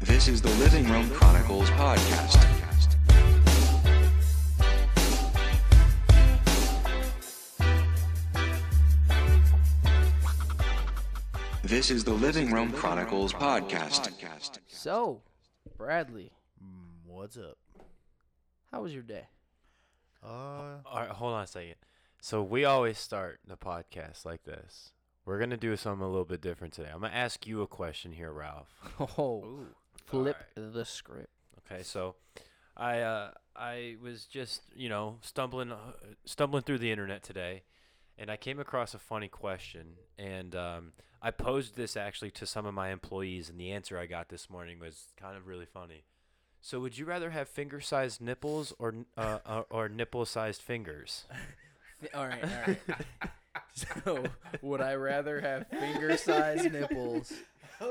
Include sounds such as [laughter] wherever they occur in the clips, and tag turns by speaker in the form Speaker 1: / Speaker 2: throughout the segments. Speaker 1: This is the Living Room Chronicles podcast. This is the Living Room Chronicles podcast.
Speaker 2: So, Bradley,
Speaker 3: Mm, What's up?
Speaker 2: how was your day? [laughs]
Speaker 3: Uh,
Speaker 4: All right, hold on a second. So we always start the podcast like this. We're gonna do something a little bit different today. I'm gonna ask you a question here, Ralph.
Speaker 2: Oh, flip the script.
Speaker 4: Okay, so I uh, I was just you know stumbling uh, stumbling through the internet today, and I came across a funny question, and um, I posed this actually to some of my employees, and the answer I got this morning was kind of really funny. So, would you rather have finger-sized nipples or n- uh, uh, or nipple-sized fingers?
Speaker 2: All right, all right. so, would I rather have [laughs] finger-sized nipples?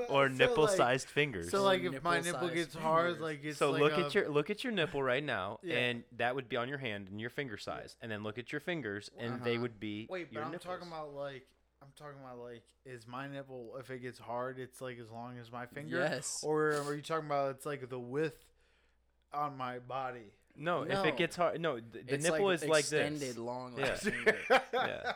Speaker 4: Or nipple-sized fingers?
Speaker 3: So like, if my nipple
Speaker 2: Nipple-sized
Speaker 3: gets hard,
Speaker 2: fingers.
Speaker 3: like it's
Speaker 4: So
Speaker 3: like
Speaker 4: look
Speaker 3: a-
Speaker 4: at your look at your nipple right now,
Speaker 3: Yeah.
Speaker 4: and that would be on your hand and your finger size, and then look at your fingers, and they would be.
Speaker 3: Wait, but
Speaker 4: your
Speaker 3: I'm
Speaker 4: nipples.
Speaker 3: talking about like I'm talking about like is my nipple if it gets hard, it's like as long as my finger.
Speaker 2: Yes.
Speaker 3: Or are you talking about it's like the width on my body?
Speaker 4: No, if
Speaker 2: No.
Speaker 4: it gets hard, no, the, the
Speaker 2: It's
Speaker 4: nipple
Speaker 2: like
Speaker 4: is like
Speaker 2: extended
Speaker 4: this.
Speaker 2: long,
Speaker 4: Yeah.
Speaker 2: like finger.
Speaker 4: Yeah.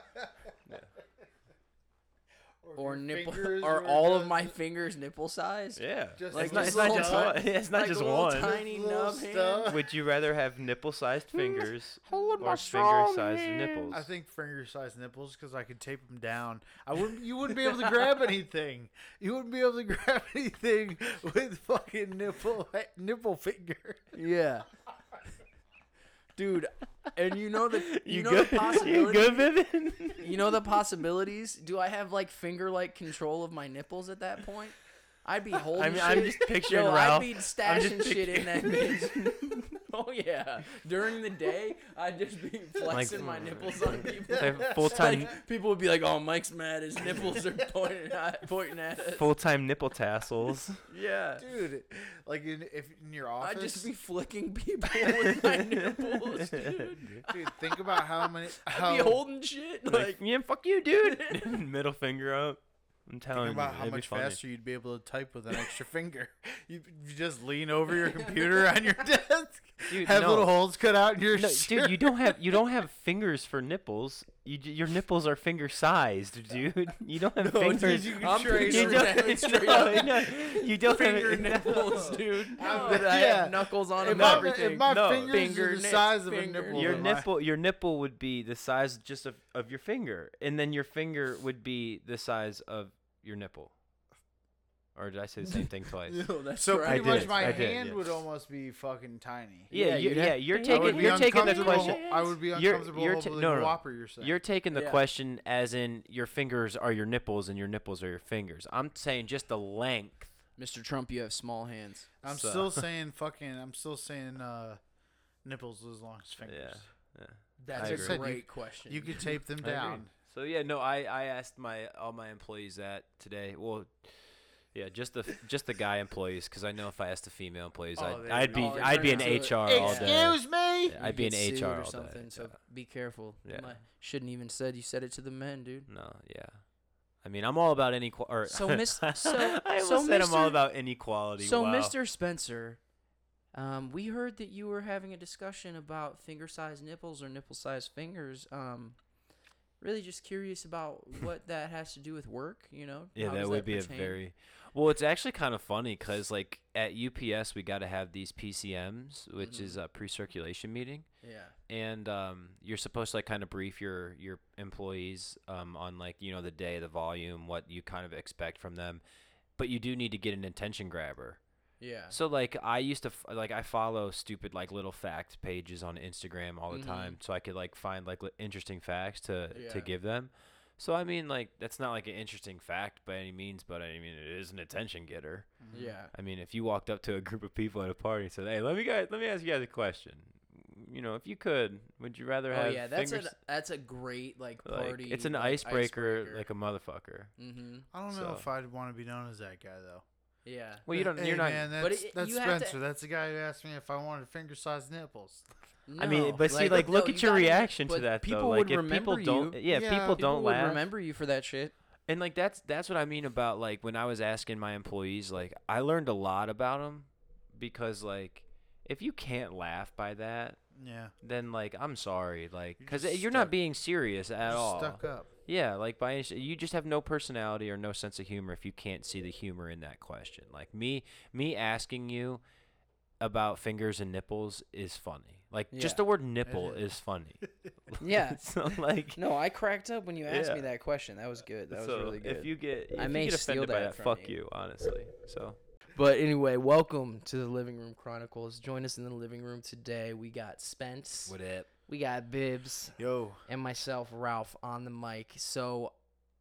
Speaker 2: or
Speaker 3: your
Speaker 2: nipple,
Speaker 3: fingers
Speaker 2: or
Speaker 3: were
Speaker 2: all of
Speaker 3: just-
Speaker 2: my fingers nipple size?
Speaker 4: Yeah,
Speaker 3: Just
Speaker 4: it's
Speaker 3: like
Speaker 4: not,
Speaker 3: this
Speaker 4: it's not
Speaker 3: little
Speaker 4: just
Speaker 3: tiny-
Speaker 4: one. [laughs] It's not
Speaker 2: like
Speaker 4: just
Speaker 2: a little
Speaker 4: one.
Speaker 2: tiny
Speaker 3: Little
Speaker 2: nub
Speaker 3: stuff.
Speaker 2: hand.
Speaker 4: [laughs] Would you rather have nipple-sized fingers
Speaker 2: Hold
Speaker 4: or finger-sized nipples?
Speaker 3: I think finger-sized nipples because I could tape them down. I wouldn't. You wouldn't be able to grab anything. You wouldn't be able to [laughs] grab anything with fucking nipple nipple finger.
Speaker 2: Yeah. Dude, and you know the you,
Speaker 4: [laughs] you,
Speaker 2: know
Speaker 4: good?
Speaker 2: the
Speaker 4: you
Speaker 2: possibility.
Speaker 4: good, Vivian? [laughs]
Speaker 2: You know the possibilities. Do I have like finger like control of my nipples at that point? I'd be holding.
Speaker 4: I mean,
Speaker 2: shit.
Speaker 4: I'm just picturing
Speaker 2: Yo,
Speaker 4: Ralph.
Speaker 2: I'd be
Speaker 4: I'm just
Speaker 2: stashing shit in
Speaker 4: picturing-
Speaker 2: that bitch. [laughs] oh yeah. During the day, I'd just be flexing my nipples
Speaker 4: [laughs]
Speaker 2: on people. [laughs]
Speaker 4: full-time
Speaker 2: Like, people would be like, "Oh, Mike's mad. His nipples
Speaker 4: [laughs]
Speaker 2: are pointing at pointing at us."
Speaker 4: full-time nipple tassels.
Speaker 2: Yeah.
Speaker 3: dude. Like in, if in your office,
Speaker 2: I'd just be flicking people with
Speaker 4: [laughs]
Speaker 2: my nipples, dude.
Speaker 3: dude. [laughs] Think about how many. How,
Speaker 2: I'd be holding shit like.
Speaker 4: like, yeah, fuck you, dude. [laughs] Middle finger up. I'm telling
Speaker 3: think about
Speaker 4: you,
Speaker 3: how
Speaker 4: it'd be
Speaker 3: much
Speaker 4: funny.
Speaker 3: faster you'd be able to type with an extra [laughs] finger. You, you just lean over [laughs] your computer on your desk,
Speaker 4: Dude,
Speaker 3: have
Speaker 4: no.
Speaker 3: little holes cut out in your
Speaker 4: No,
Speaker 3: shirt.
Speaker 4: dude,
Speaker 3: [laughs]
Speaker 4: you don't have you don't have fingers for nipples. You, j- your nipples are finger sized, dude. You don't have
Speaker 3: dude,
Speaker 4: fingers.
Speaker 3: you can
Speaker 2: I'm
Speaker 3: [laughs] trace
Speaker 4: you
Speaker 2: picturing
Speaker 3: them.
Speaker 2: that
Speaker 4: don't,
Speaker 2: straight
Speaker 4: [laughs] no,
Speaker 2: up.
Speaker 4: no, you don't [laughs]
Speaker 2: Finger
Speaker 4: have
Speaker 2: nipples, dude.
Speaker 3: I'm-
Speaker 2: that I
Speaker 3: yeah.
Speaker 2: have knuckles on
Speaker 3: If
Speaker 2: them.
Speaker 3: my,
Speaker 2: and
Speaker 3: if
Speaker 2: everything.
Speaker 3: my
Speaker 4: No.
Speaker 3: fingers are the
Speaker 2: Fingernails,
Speaker 3: size of a
Speaker 2: fingernails.
Speaker 3: nipple,
Speaker 4: Your
Speaker 3: then my-
Speaker 4: nipple, your nipple would be the size just of, of your finger, and then your finger would be the size of your nipple. Or did I say the same thing twice?
Speaker 2: No, that's
Speaker 3: So
Speaker 2: right.
Speaker 3: pretty
Speaker 4: I
Speaker 3: much
Speaker 4: did,
Speaker 3: my
Speaker 4: I did,
Speaker 3: hand
Speaker 4: yeah.
Speaker 3: would almost be fucking tiny.
Speaker 2: Yeah,
Speaker 4: Yeah,
Speaker 2: you'd
Speaker 4: you,
Speaker 2: have
Speaker 4: yeah, you're
Speaker 2: fingers. I
Speaker 3: I
Speaker 4: taking
Speaker 3: would be
Speaker 4: you're taking the
Speaker 3: uncomfortable-
Speaker 4: question.
Speaker 3: I would be
Speaker 4: You're-
Speaker 3: uncomfortable
Speaker 4: you're ta-
Speaker 3: holding
Speaker 4: no,
Speaker 3: the
Speaker 4: no.
Speaker 3: whopper you're saying.
Speaker 4: You're taking the
Speaker 2: Yeah.
Speaker 4: question as in your fingers are your nipples and your nipples are your fingers. I'm saying just the length.
Speaker 2: Mr. Trump, you have small hands.
Speaker 3: I'm
Speaker 4: So-
Speaker 3: still saying fucking. I'm still saying uh, nipples as long as fingers.
Speaker 2: That's a
Speaker 4: I agree.
Speaker 2: great
Speaker 3: You-
Speaker 2: question.
Speaker 3: You could tape
Speaker 4: [laughs]
Speaker 3: them down.
Speaker 4: So yeah, no, I, I asked my all my employees that today. Well, yeah, just the just the guy employees because I know if I asked the female employees,
Speaker 3: Oh,
Speaker 4: I'd,
Speaker 3: they'd
Speaker 4: I'd
Speaker 2: be-
Speaker 4: be
Speaker 2: Oh, they'd
Speaker 4: I'd be
Speaker 2: turn
Speaker 4: an
Speaker 2: into
Speaker 4: HR
Speaker 2: a-
Speaker 4: all day.
Speaker 3: me.
Speaker 4: Yeah, I'd be an
Speaker 2: get sued
Speaker 4: HR
Speaker 2: or
Speaker 4: all
Speaker 2: something.
Speaker 4: day.
Speaker 2: So
Speaker 4: yeah.
Speaker 2: be careful. You
Speaker 4: Yeah.
Speaker 2: might- shouldn't even said you said it to the men, dude.
Speaker 4: No, yeah. I mean, I'm all about inequality. Or, [laughs]
Speaker 2: So, Miss- so-
Speaker 4: I
Speaker 2: so,
Speaker 4: almost said I'm all
Speaker 2: Mr.
Speaker 4: about inequality.
Speaker 2: So,
Speaker 4: wow.
Speaker 2: Mr. Spencer, um, we heard that you were having a discussion about finger-sized nipples or nipple-sized fingers. Um, really, just curious about
Speaker 4: [laughs]
Speaker 2: what that has to do with work. You know?
Speaker 4: Yeah,
Speaker 2: How
Speaker 4: that
Speaker 2: does
Speaker 4: would be
Speaker 2: pertain?
Speaker 4: a very well. It's actually kind of funny because like at UPS we got to have these PCMs, which is
Speaker 2: Mm-hmm.
Speaker 4: a pre-circulation meeting,
Speaker 2: yeah.
Speaker 4: and um, you're supposed to like kind of brief your your employees um, on like you know the day, the volume, what you kind of expect from them, but you do need to get an attention grabber.
Speaker 2: Yeah.
Speaker 4: So like I used to f- like I follow stupid like little fact pages on Instagram all the time, so I could like find like li- interesting facts to
Speaker 2: Mm-hmm. Yeah.
Speaker 4: to give them. So I mean like that's not like an interesting fact by any means, but I mean it is an attention getter.
Speaker 2: Yeah.
Speaker 4: I mean if you walked up to a group of people at a party and said, "Hey, let me guys let me ask you guys a question. You know, if you could, would you rather
Speaker 2: Oh
Speaker 4: have
Speaker 2: yeah, that's
Speaker 4: fingers-
Speaker 2: a that's a great like
Speaker 4: like,
Speaker 2: party.
Speaker 4: it's an
Speaker 2: like,
Speaker 4: icebreaker, like a motherfucker."
Speaker 2: mm-hmm.
Speaker 3: I don't know
Speaker 4: So-
Speaker 3: if I'd want to be known as that guy though.
Speaker 2: Yeah.
Speaker 4: Well, you don't
Speaker 3: Hey,
Speaker 4: you're not
Speaker 3: Man, that's,
Speaker 2: But it-
Speaker 3: that's
Speaker 2: you have to-
Speaker 3: Spencer. That's the guy who asked me if I wanted finger-sized nipples.
Speaker 4: I mean,
Speaker 2: No,
Speaker 4: but see, like,
Speaker 2: no,
Speaker 4: look
Speaker 2: you
Speaker 4: at your
Speaker 2: gotta-
Speaker 4: reaction
Speaker 2: but
Speaker 4: to that.
Speaker 2: People
Speaker 4: though.
Speaker 2: would
Speaker 4: like, if
Speaker 2: remember
Speaker 4: people don't,
Speaker 2: you.
Speaker 4: yeah, if
Speaker 3: Yeah.
Speaker 2: People
Speaker 4: people don't
Speaker 2: would
Speaker 4: laugh.
Speaker 2: remember you for that shit.
Speaker 4: And like that's that's what I mean about like when I was asking my employees like I learned a lot about them because like if you can't laugh by that
Speaker 3: Yeah.
Speaker 4: then like I'm sorry like
Speaker 3: You're
Speaker 4: cuz
Speaker 3: just
Speaker 4: you're not
Speaker 3: stuck.
Speaker 4: being serious at all.
Speaker 3: Stuck up.
Speaker 4: Yeah, like by any sh- you just have no personality or no sense of humor if you can't see the humor in that question. Like me, me asking you about fingers and nipples is funny. Like
Speaker 2: Yeah.
Speaker 4: just the word nipple
Speaker 3: is.
Speaker 4: is
Speaker 2: [laughs]
Speaker 4: funny.
Speaker 2: Yeah.
Speaker 4: [laughs] so like
Speaker 2: No, I cracked up when you asked me
Speaker 4: Yeah.
Speaker 2: that question. That was good. That was
Speaker 4: so
Speaker 2: really good.
Speaker 4: If you get, if
Speaker 2: I
Speaker 4: you
Speaker 2: may
Speaker 4: get
Speaker 2: steal
Speaker 4: offended by
Speaker 2: that
Speaker 4: that,
Speaker 2: from
Speaker 4: fuck
Speaker 2: you.
Speaker 4: you. honestly. So
Speaker 2: But anyway, welcome to the Living Room Chronicles. Join us in the living room today. We got Spence,
Speaker 4: it?
Speaker 2: we got Bibbs,
Speaker 3: [laughs] Yo.
Speaker 2: and myself, Ralph, on the mic. So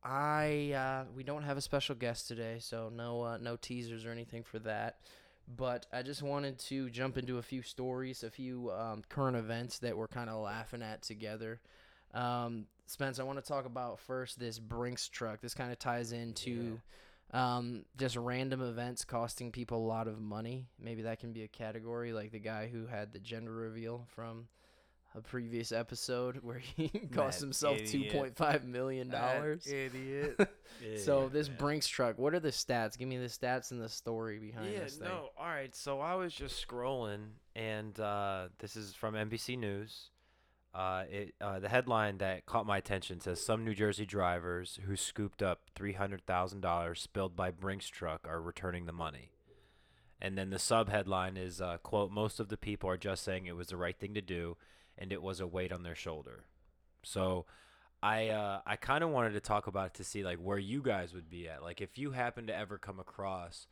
Speaker 2: I uh, we don't have a special guest today, so no uh, no teasers or anything for that. But I just wanted to jump into a few stories, a few um, current events that we're kind of laughing at together. Um, Spence, I want to talk about first this Brinks truck. This kind of ties into um, just random events costing people a lot of money. Maybe that can be a category, like the guy who had the gender reveal from a previous episode [laughs] where he cost himself
Speaker 4: idiot.
Speaker 2: $2.5 million.
Speaker 3: That Idiot.
Speaker 2: [laughs] So this Brinks truck, what are the stats? Give me the stats and the story behind
Speaker 4: Yeah,
Speaker 2: this thing.
Speaker 4: no. All right. So I was just scrolling, and uh, this is from NBC News. Uh, it, uh, the headline that caught my attention says some New Jersey drivers who scooped up three hundred thousand dollars spilled by Brinks truck are returning the money. And then the sub headline is uh, quote Most of the people are just saying it was the right thing to do, and it was a weight on their shoulder. So. I uh, I kind of wanted to talk about it to see like where you guys would be at. Like if you happen to ever come across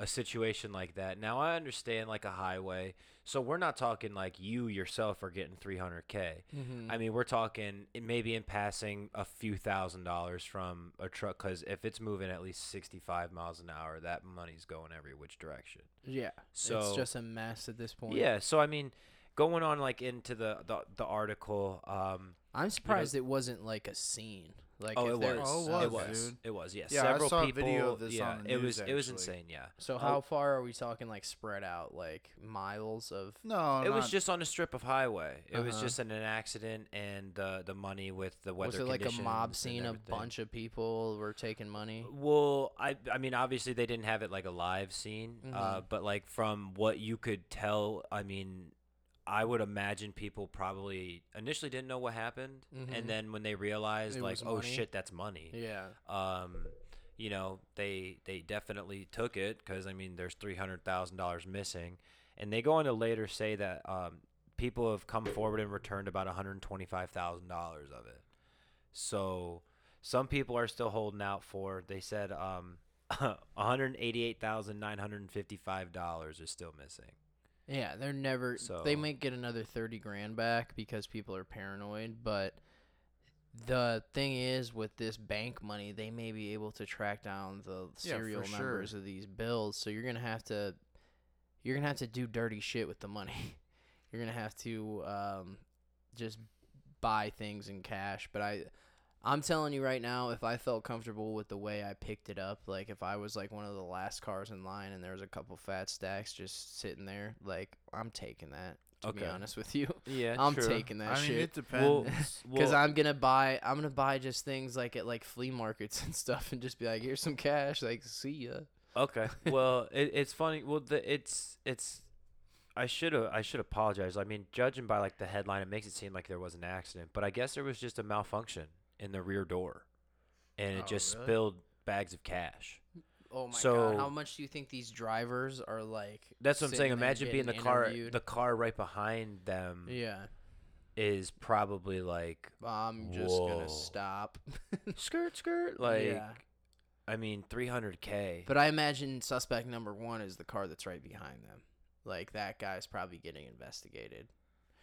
Speaker 4: a situation like that. Now I understand like a highway. So we're not talking like you yourself are getting 300k. I mean, we're talking it maybe in passing a few thousand dollars from a truck cuz if it's moving at least 65 miles an hour, that money's going every which direction.
Speaker 2: Yeah. it's
Speaker 4: So-
Speaker 2: just a mess at this point.
Speaker 4: Yeah, so I mean, going on like into the the, the article um
Speaker 2: I'm surprised it wasn't like a scene. Like
Speaker 4: oh,
Speaker 2: if
Speaker 4: it
Speaker 2: there-
Speaker 4: was.
Speaker 3: Oh,
Speaker 4: it
Speaker 3: it was,
Speaker 4: was.
Speaker 3: dude.
Speaker 4: It was. Yeah.
Speaker 3: Yeah, I
Speaker 4: Several
Speaker 3: saw a
Speaker 4: people.
Speaker 3: video of this
Speaker 4: yeah,
Speaker 3: on the
Speaker 4: it
Speaker 3: news,
Speaker 4: was. It was
Speaker 3: actually.
Speaker 4: insane. Yeah.
Speaker 2: So
Speaker 4: Uh,
Speaker 2: how far are we talking? Like spread out, like miles of.
Speaker 3: No,
Speaker 4: it was
Speaker 3: not-
Speaker 4: just on a strip of highway. It was
Speaker 2: Uh-huh.
Speaker 4: just an, an accident and uh, the money with the weather.
Speaker 2: Was it like a mob
Speaker 4: conditions and
Speaker 2: scene? A
Speaker 4: everything. Oh,
Speaker 2: bunch of people were taking money.
Speaker 4: Well, I I mean, obviously they didn't have it like a live scene,
Speaker 2: Mm-hmm.
Speaker 4: uh, but like from what you could tell, I mean, I would imagine people probably initially didn't know what happened,
Speaker 2: Mhm.
Speaker 4: and then when they realized,
Speaker 2: It
Speaker 4: like,
Speaker 2: was
Speaker 4: oh
Speaker 2: money.
Speaker 4: shit, that's money.
Speaker 2: Yeah.
Speaker 4: um, you know, they they definitely took it because I mean, there's three hundred thousand dollars missing, and they go on to later say that um, people have come forward and returned about one hundred twenty five thousand dollars of it. So some people are still holding out for. They said um, [laughs] one hundred eighty eight thousand nine hundred fifty five dollars is still missing.
Speaker 2: Yeah, they're never. They
Speaker 4: So-
Speaker 2: may get another thirty grand back because people are paranoid. But the thing is, with this bank money, they may be able to track down the
Speaker 3: Yeah, for
Speaker 2: serial numbers
Speaker 3: sure.
Speaker 2: of these bills. So you're gonna have to, you're gonna have to do dirty shit with the money. [laughs] you're gonna have to um, just buy things in cash. But I, I'm telling you right now, if I felt comfortable with the way I picked it up, like if I was like one of the last cars in line and there was a couple fat stacks just sitting there, like I'm taking that. To be
Speaker 4: Okay.
Speaker 2: honest with you,
Speaker 4: Yeah,
Speaker 2: I'm taking that
Speaker 3: I mean, it
Speaker 2: shit
Speaker 4: Well,
Speaker 3: depends.
Speaker 4: s-
Speaker 2: [laughs] because
Speaker 4: well,
Speaker 2: I'm gonna buy. I'm gonna buy just things like at like flea markets and stuff, and just be like, "Here's some cash. Like, see ya."
Speaker 4: Okay.
Speaker 3: [laughs]
Speaker 4: Well, it, it's funny. Well, the, it's it's. I should have I should apologize. I mean, judging by like the headline, it makes it seem like there was an accident, but I guess there was just a malfunction in the rear door, and it
Speaker 3: Oh,
Speaker 4: just
Speaker 3: really?
Speaker 4: spilled bags of cash.
Speaker 2: Oh my god!
Speaker 4: So-
Speaker 2: How much do you think these drivers are like?
Speaker 4: That's what I'm saying.
Speaker 2: sitting there
Speaker 4: Imagine being the
Speaker 2: getting
Speaker 4: car.
Speaker 2: interviewed?
Speaker 4: The car right behind them
Speaker 2: yeah,
Speaker 4: is probably like
Speaker 2: I'm just
Speaker 4: Whoa.
Speaker 2: gonna
Speaker 4: [laughs]
Speaker 2: stop. [laughs]
Speaker 4: skirt skirt. Like
Speaker 2: Yeah.
Speaker 4: I mean, 300k.
Speaker 2: But I imagine suspect number one is the car that's right behind them. Like that guy's probably getting investigated.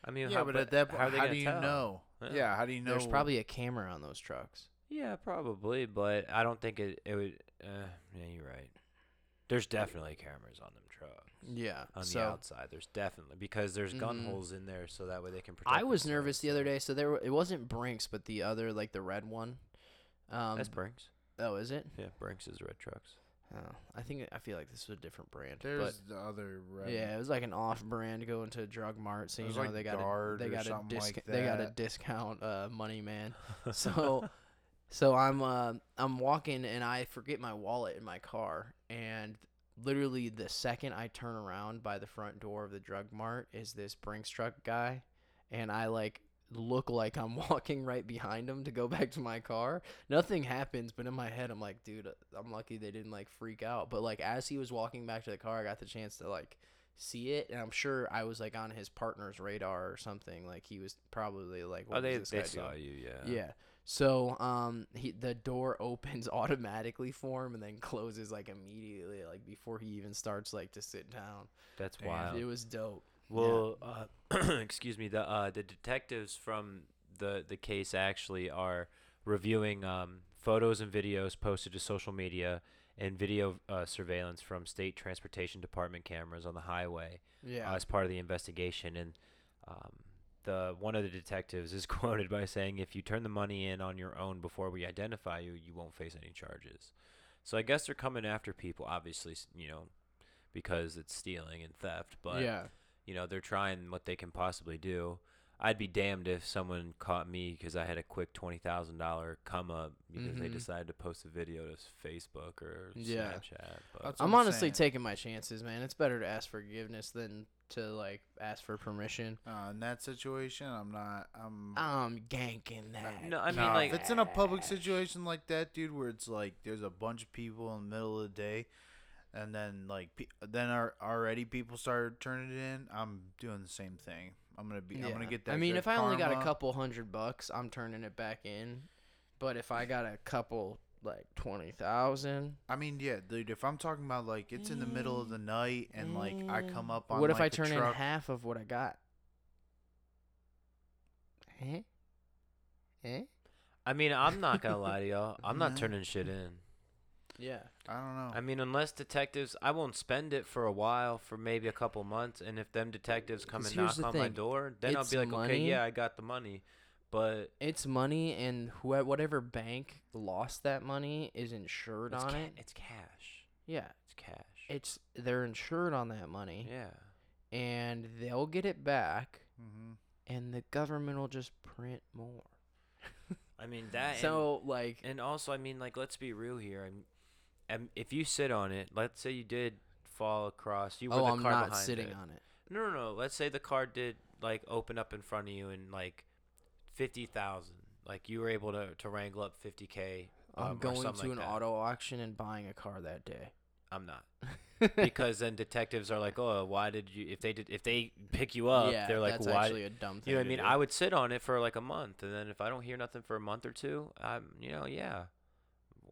Speaker 4: I mean,
Speaker 3: yeah,
Speaker 4: how,
Speaker 3: but at that
Speaker 4: how,
Speaker 3: point,
Speaker 4: are they
Speaker 3: how,
Speaker 4: gonna
Speaker 3: do you
Speaker 4: tell?
Speaker 3: know?
Speaker 4: Yeah.
Speaker 3: Yeah, how do you know?
Speaker 2: There's probably a camera on those trucks.
Speaker 4: Yeah, probably, but I don't think it. It would. Uh, yeah, you're right. There's definitely cameras on them trucks
Speaker 2: Yeah.
Speaker 4: on
Speaker 2: so
Speaker 4: the outside. There's definitely because there's gun
Speaker 2: Mhm.
Speaker 4: holes in there, so that way they can protect.
Speaker 2: I was
Speaker 4: themselves,
Speaker 2: nervous the other
Speaker 4: so-
Speaker 2: day. So there, wa- it wasn't Brinks, but the other, like the red one. Um,
Speaker 4: That's Brinks.
Speaker 2: oh, is it?
Speaker 4: Yeah, Brinks is red trucks.
Speaker 2: Oh, I think I feel like this is a different brand.
Speaker 3: There's the other.
Speaker 2: but
Speaker 3: Red.
Speaker 2: yeah, it was like an off-brand going to a drug mart. So
Speaker 3: It
Speaker 2: you
Speaker 3: was
Speaker 2: know
Speaker 3: like
Speaker 2: they got a,
Speaker 3: Dart
Speaker 2: they
Speaker 3: or
Speaker 2: got a
Speaker 3: something like
Speaker 2: disc- they got a
Speaker 3: that.
Speaker 4: [laughs] Oh,
Speaker 2: discount uh, money man. So So I'm uh, I'm walking and I forget my wallet in my car, and literally the second I turn around by the front door of the drug mart is this Brinks truck guy, and I like look like I'm [laughs] walking right behind him to go back to my car. Nothing happens, but in my head I'm like, dude, I'm lucky they didn't like freak out. But like as he was walking back to the car, I got the chance to like see it and i'm sure i was like on his partner's radar or something like he was probably like what
Speaker 4: oh,
Speaker 2: is
Speaker 4: they
Speaker 2: this
Speaker 4: they
Speaker 2: guy doing?
Speaker 4: saw you, yeah.
Speaker 2: Yeah. So um he the door [laughs] opens automatically for him and then closes like immediately like before he even starts like to sit down.
Speaker 4: that's
Speaker 2: And
Speaker 4: wild.
Speaker 2: It was dope. Yeah.
Speaker 4: Well, uh, [clears throat] excuse me. The uh, the detectives from the the case actually are reviewing um, photos and videos posted to social media and video uh, surveillance from state transportation department cameras on the highway
Speaker 2: yeah.
Speaker 4: uh, as part of the investigation. And um, the one of the detectives is [laughs] quoted by saying, "If you turn the money in on your own before we identify you, you won't face any charges." So I guess they're coming after people, obviously, s- you know, because it's stealing and theft. But
Speaker 2: yeah.
Speaker 4: you know they're trying what they can possibly do. I'd be damned if someone caught me because I had a quick twenty thousand dollar come up because they
Speaker 2: Mhm.
Speaker 4: decided to post a video to s- Facebook or
Speaker 2: Yeah.
Speaker 4: Snapchat. But
Speaker 3: That's
Speaker 2: I'm
Speaker 3: what I'm
Speaker 2: honestly
Speaker 3: saying.
Speaker 2: taking my chances, man. It's better to ask forgiveness than to like ask for permission.
Speaker 3: Uh, in that situation, I'm not. I'm.
Speaker 2: I'm ganking that.
Speaker 4: No, I mean,
Speaker 3: Nah,
Speaker 4: like-
Speaker 3: Mm. if it's in a public situation like that, dude, where it's like there's a bunch of people in the middle of the day, and then like pe- then are already people started turning it in. I'm doing the same thing. I'm gonna be. I'm gonna
Speaker 2: Yeah.
Speaker 3: get that.
Speaker 2: I mean,
Speaker 3: good
Speaker 2: if I only got a
Speaker 3: karma.
Speaker 2: couple hundred bucks, I'm turning it back in. But if I got a couple like 20,000,
Speaker 3: I mean, yeah, dude. If I'm talking about like it's in the middle of the night and like I come
Speaker 4: Mm.
Speaker 3: up on
Speaker 2: Mm. What if
Speaker 3: like,
Speaker 2: I
Speaker 3: the
Speaker 2: turn in
Speaker 3: truck-
Speaker 2: half of what I got? Eh? Eh?
Speaker 4: I mean, I'm
Speaker 2: [laughs]
Speaker 4: not gonna lie to y'all. I'm not turning shit in.
Speaker 2: Yeah.
Speaker 3: I don't know.
Speaker 4: I mean, unless detectives, I won't spend it for a while, for maybe a couple months, and if them detectives come
Speaker 2: 'Cause
Speaker 4: and
Speaker 2: here's
Speaker 4: knock
Speaker 2: the
Speaker 4: on my
Speaker 2: thing.
Speaker 4: door, then
Speaker 2: It's
Speaker 4: I'll be like, okay,
Speaker 2: money.
Speaker 4: yeah, I got the money, but
Speaker 2: It's money, and whoe- whatever bank lost that money is insured
Speaker 4: it's,
Speaker 2: on
Speaker 4: ca-
Speaker 2: it.
Speaker 4: it's cash.
Speaker 2: Yeah.
Speaker 4: It's cash.
Speaker 2: It's they're insured on that money,
Speaker 4: yeah.
Speaker 2: and they'll get it back,
Speaker 3: hmm
Speaker 2: and the government will just print more.
Speaker 4: I mean that. [laughs] and-
Speaker 2: so like,
Speaker 4: And also, I mean, like, let's be real here. I'm, and if you sit on it, let's say you did fall across, you were
Speaker 2: oh,
Speaker 4: the
Speaker 2: I'm
Speaker 4: car
Speaker 2: not
Speaker 4: behind
Speaker 2: sitting
Speaker 4: it.
Speaker 2: on it.
Speaker 4: No, no, no. Let's say the car did like open up in front of you and like fifty thousand. Like you were able to, to wrangle up fifty k.
Speaker 2: I'm
Speaker 4: um, or
Speaker 2: going to
Speaker 4: something
Speaker 2: an
Speaker 4: like that.
Speaker 2: auto auction and buying a car that day.
Speaker 4: I'm not because then detectives are like, oh, why did you? If they did, if they pick you
Speaker 2: [laughs]
Speaker 4: up,
Speaker 2: yeah,
Speaker 4: they're like,
Speaker 2: that's
Speaker 4: why?
Speaker 2: actually a dumb thing.
Speaker 4: You know what
Speaker 2: to
Speaker 4: I mean?
Speaker 2: do.
Speaker 4: I would sit on it for like a month, and then if I don't hear nothing for a month or two, I'm, you know, yeah.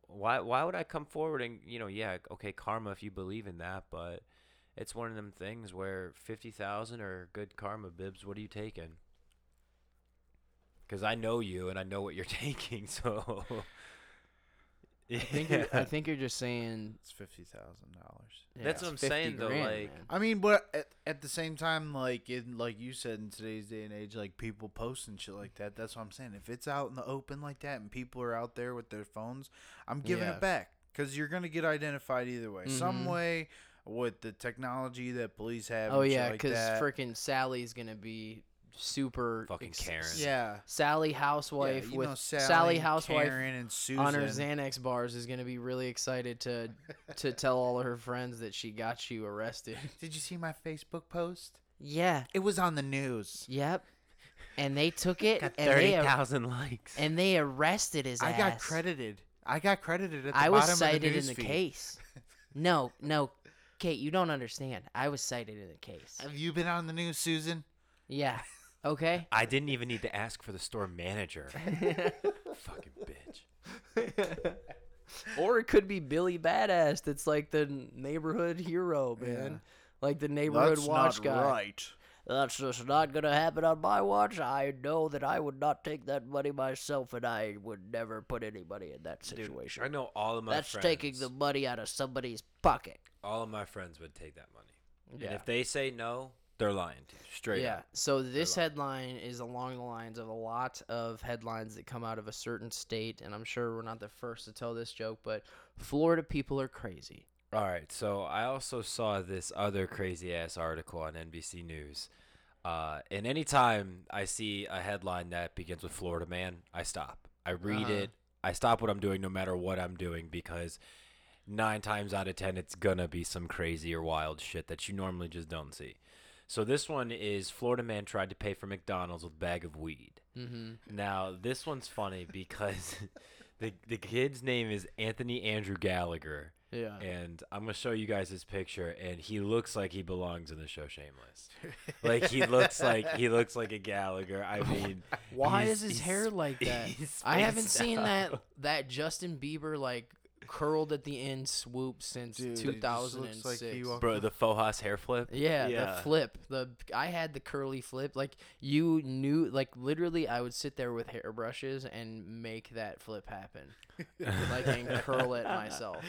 Speaker 4: Why, why would I come forward and, you know, yeah, okay, karma if you believe in that, but it's one of them things where fifty thousand or good karma, Bibs. What are you taking? Because I know you and I know what you're [laughs] taking, so. [laughs] yeah.
Speaker 2: I think you're, I think you're just saying.
Speaker 3: It's fifty thousand dollars.
Speaker 2: yeah,
Speaker 4: That's what
Speaker 2: it's
Speaker 4: I'm
Speaker 2: 50
Speaker 4: saying, though,
Speaker 2: grand,
Speaker 4: like-
Speaker 2: man.
Speaker 3: I mean, but at, at the same time, like in like you said in today's day and age, like people post and shit like that. That's what I'm saying. If it's out in the open like that and people are out there with their phones, I'm giving
Speaker 2: Yeah.
Speaker 3: it back because you're gonna get identified either way, some
Speaker 2: Mhm.
Speaker 3: way with the technology that police have.
Speaker 2: oh
Speaker 3: and shit
Speaker 2: yeah,
Speaker 3: like
Speaker 2: because
Speaker 3: that.
Speaker 2: freaking Sally's gonna be super
Speaker 4: Fucking
Speaker 2: ex-
Speaker 4: Karen.
Speaker 3: yeah,
Speaker 2: Sally
Speaker 3: Yeah,
Speaker 2: housewife
Speaker 3: you
Speaker 2: with
Speaker 3: know,
Speaker 2: Sally,
Speaker 3: and
Speaker 2: housewife
Speaker 3: Karen and Susan.
Speaker 2: on her Xanax bars is gonna be really excited to to [laughs] tell all her friends that she got you arrested.
Speaker 3: Did you see my Facebook post?
Speaker 2: Yeah.
Speaker 3: It was on the news.
Speaker 2: Yep. And they took it
Speaker 4: got thirty thousand likes.
Speaker 2: and they arrested his
Speaker 3: I got credited. I got credited at the
Speaker 2: I
Speaker 3: bottom
Speaker 2: was cited
Speaker 3: of the
Speaker 2: in the [laughs]
Speaker 3: newsfeed.
Speaker 2: case. No, no, Kate, you don't understand. I was cited in the case.
Speaker 3: Have you been on the news, Susan?
Speaker 2: Yeah. Okay.
Speaker 4: I didn't even need to ask for the store manager. Fucking bitch.
Speaker 2: [laughs] or it could be Billy Badass. That's like the neighborhood hero, man.
Speaker 3: Yeah.
Speaker 2: Like the neighborhood watch guy.
Speaker 3: right.
Speaker 2: That's just not gonna happen on my watch. I know that I would not take that money myself, and I would never put anybody in that
Speaker 4: Dude,
Speaker 2: situation.
Speaker 4: I know all of my
Speaker 2: That's
Speaker 4: friends.
Speaker 2: taking the money out of somebody's pocket.
Speaker 4: All of my friends would take that money. And if they say no, they're lying to you straight
Speaker 2: yeah.
Speaker 4: up.
Speaker 2: So this headline is along the lines of a lot of headlines that come out of a certain state, and I'm sure we're not the first to tell this joke, but Florida people are crazy.
Speaker 4: All right. So I also saw this other crazy ass article on NBC News. Uh, and anytime I see a headline that begins with Florida man, I stop. I read
Speaker 2: Uh-huh.
Speaker 4: it. I stop what I'm doing no matter what I'm doing because nine times out of ten it's gonna be some crazy or wild shit that you normally just don't see. So this one is Florida man tried to pay for McDonald's with bag of weed.
Speaker 2: Mm-hmm.
Speaker 4: Now this one's funny because [laughs] the the kid's name is Anthony Andrew Gallagher,
Speaker 2: Yeah.
Speaker 4: and I'm gonna show you guys this picture, and he looks like he belongs in the show Shameless. Like he looks like he looks like a Gallagher. I mean,
Speaker 2: Why
Speaker 4: he's-
Speaker 2: is his
Speaker 4: he's
Speaker 2: hair like [laughs] that?
Speaker 4: [laughs] he's
Speaker 2: I haven't
Speaker 4: spaced
Speaker 2: seen that
Speaker 4: out.
Speaker 2: that Justin Bieber like curled at the end swoop since
Speaker 3: Dude, it just looks like he
Speaker 2: 2006.
Speaker 3: walked-
Speaker 4: bro. The Fohas hair flip.
Speaker 2: yeah,
Speaker 4: Yeah.
Speaker 2: the flip. The I had the curly flip. Like you knew like literally I would sit there with hairbrushes and make that flip happen. like and curl it myself.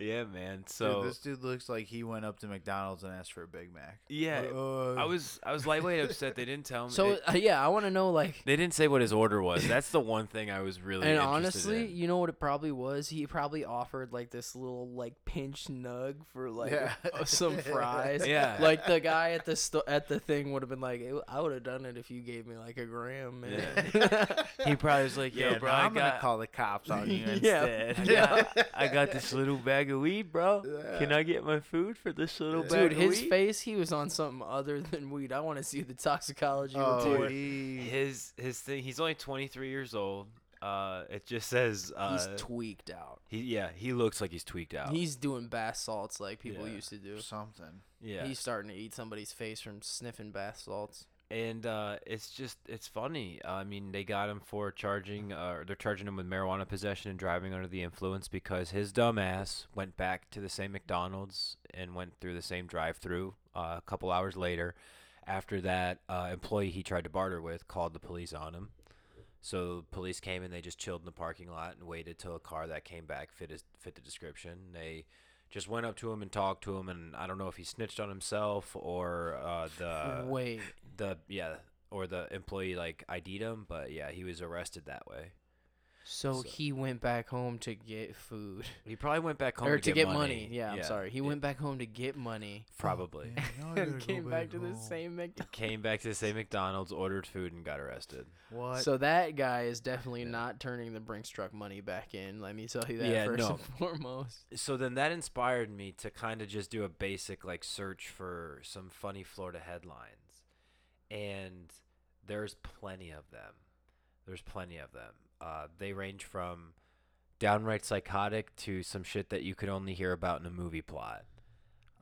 Speaker 4: Yeah, man.
Speaker 3: Dude,
Speaker 4: So
Speaker 3: this dude looks like he went up to McDonald's and asked for a Big Mac.
Speaker 4: yeah,
Speaker 3: Uh,
Speaker 4: [laughs] I was I was lightweight upset they didn't tell me.
Speaker 2: So
Speaker 4: they,
Speaker 2: uh, yeah, I want to know like
Speaker 4: they didn't say what his order was.
Speaker 2: [laughs]
Speaker 4: That's the one thing I was really.
Speaker 2: and
Speaker 4: interested
Speaker 2: honestly,
Speaker 4: in.
Speaker 2: you know what it probably was? He probably offered like this little like pinch nug for like [laughs] uh,
Speaker 3: Yeah.
Speaker 2: some fries.
Speaker 4: [laughs] Yeah.
Speaker 2: Like the guy at the sto- at the thing would have been like, "Ew, I would have done it if you gave me like a gram. Man. [laughs]
Speaker 4: he probably was like, "Yo,
Speaker 3: yeah,
Speaker 4: bro,
Speaker 3: bro,
Speaker 4: I
Speaker 3: I'm gonna
Speaker 4: got
Speaker 3: call the cops on
Speaker 4: [laughs]
Speaker 3: you
Speaker 2: Yeah.
Speaker 3: instead.
Speaker 4: I
Speaker 2: [laughs]
Speaker 4: got, I got this little bag of weed, bro. Can
Speaker 3: Yeah.
Speaker 4: I get my food for this little
Speaker 3: Yeah.
Speaker 4: bag
Speaker 2: Dude,
Speaker 4: of
Speaker 2: his
Speaker 4: weed?
Speaker 2: face, he was on something other than weed. I want to see the toxicology
Speaker 3: oh,
Speaker 2: report.
Speaker 3: he,
Speaker 4: his his thing. He's only 23 years old. Uh, it just says uh,
Speaker 2: He's tweaked out.
Speaker 4: he yeah he looks like he's tweaked out.
Speaker 2: He's doing bath salts like people
Speaker 4: Yeah.
Speaker 2: used to do.
Speaker 3: something.
Speaker 4: yeah,
Speaker 2: He's starting to eat somebody's face from sniffing bath salts.
Speaker 4: and uh, it's just it's funny. I mean, they got him for charging. Uh, they're charging him with marijuana possession and driving under the influence because his dumbass went back to the same McDonald's and went through the same drive-through uh, a couple hours later. After that, uh, employee he tried to barter with called the police on him. So police came and they just chilled in the parking lot and waited till a car that came back fit his, fit the description. They just went up to him and talked to him, and I don't know if he snitched on himself or uh,
Speaker 2: [laughs]
Speaker 4: the
Speaker 2: Wait.
Speaker 4: the yeah or the employee like ID'd him, but yeah, he was arrested that way.
Speaker 2: So,
Speaker 4: so-
Speaker 2: he went back home to get food.
Speaker 4: He probably went back home
Speaker 2: or
Speaker 4: to, get, money.
Speaker 2: Yeah, I'm sorry. He [sighs]
Speaker 4: it-
Speaker 2: went back home to get money
Speaker 4: probably.
Speaker 2: [laughs] and came back to the same [laughs] McDonald's.
Speaker 4: Came back to the same McDonald's, ordered food, and got arrested.
Speaker 3: What?
Speaker 2: So that guy is definitely
Speaker 4: Yeah.
Speaker 2: not turning the Brinks truck money back in. Let me tell you that
Speaker 4: Yeah,
Speaker 2: first
Speaker 4: no.
Speaker 2: and [laughs] foremost.
Speaker 4: So then that inspired me to kind of just do a basic like search for some funny Florida headlines, and there's plenty of them. There's plenty of them. Uh, they range from downright psychotic to some shit that you could only hear about in a movie plot.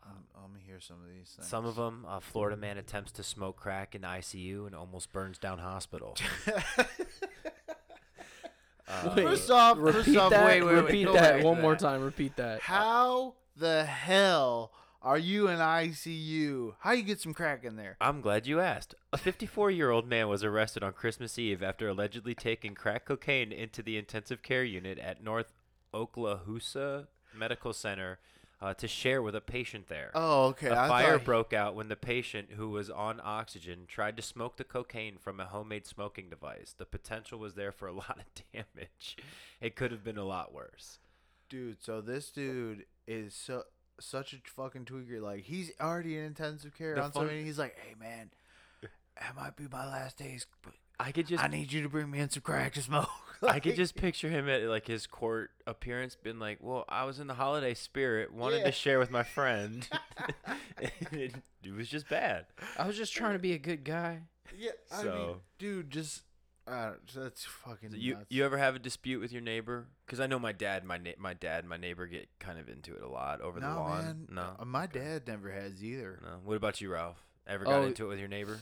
Speaker 3: I'm, I'm gonna Um, hear some of these things.
Speaker 4: Some of them, a Florida man attempts to smoke crack in ICU and almost burns down hospital. [laughs] Uh,
Speaker 2: Wait,
Speaker 3: First off,
Speaker 2: [laughs]
Speaker 3: first
Speaker 2: Repeat
Speaker 3: off,
Speaker 2: that.
Speaker 3: wait, wait, wait,
Speaker 2: repeat
Speaker 3: go back
Speaker 2: that
Speaker 3: to
Speaker 2: one more
Speaker 3: that.
Speaker 2: time. Repeat that.
Speaker 3: How the hell are you in ICU? How you get some crack in there?
Speaker 4: I'm glad you asked. A 54 year old man was arrested on Christmas Eve after allegedly taking crack cocaine into the intensive care unit at North Oklahoosa Medical Center uh, to share with a patient there.
Speaker 3: Oh, okay.
Speaker 4: A
Speaker 3: I
Speaker 4: fire
Speaker 3: thought-
Speaker 4: broke out when the patient, who was on oxygen, tried to smoke the cocaine from a homemade smoking device. The potential was there for a lot of [laughs] damage. It could have been a lot worse.
Speaker 3: dude. So this dude is so such a fucking tweaker. Like he's already in intensive care
Speaker 4: The
Speaker 3: on
Speaker 4: fun-
Speaker 3: somebody. and He's like, hey man, that might be my last days. But
Speaker 4: I could just,
Speaker 3: I
Speaker 4: I,
Speaker 3: need you to bring me in some crack to smoke. [laughs]
Speaker 4: could just picture him at like his court appearance, being like, "Well, I was in the holiday spirit, [laughs] wanted
Speaker 3: Yeah.
Speaker 4: to share with my [laughs] friend. it, it was just bad."
Speaker 2: I was just trying to be a good guy.
Speaker 3: [laughs] yeah. I mean,
Speaker 4: So-
Speaker 3: dude, just uh, that's fucking.
Speaker 4: You
Speaker 3: nuts.
Speaker 4: you ever have a dispute with your neighbor? Because I know my dad, my na- my dad, and my neighbor get kind of into it a lot over the
Speaker 3: no
Speaker 4: lawn.
Speaker 3: man.
Speaker 4: No,
Speaker 3: Uh, my dad never has either.
Speaker 4: No. What about you, Ralph? Ever got
Speaker 2: Oh,
Speaker 4: into it with your neighbor?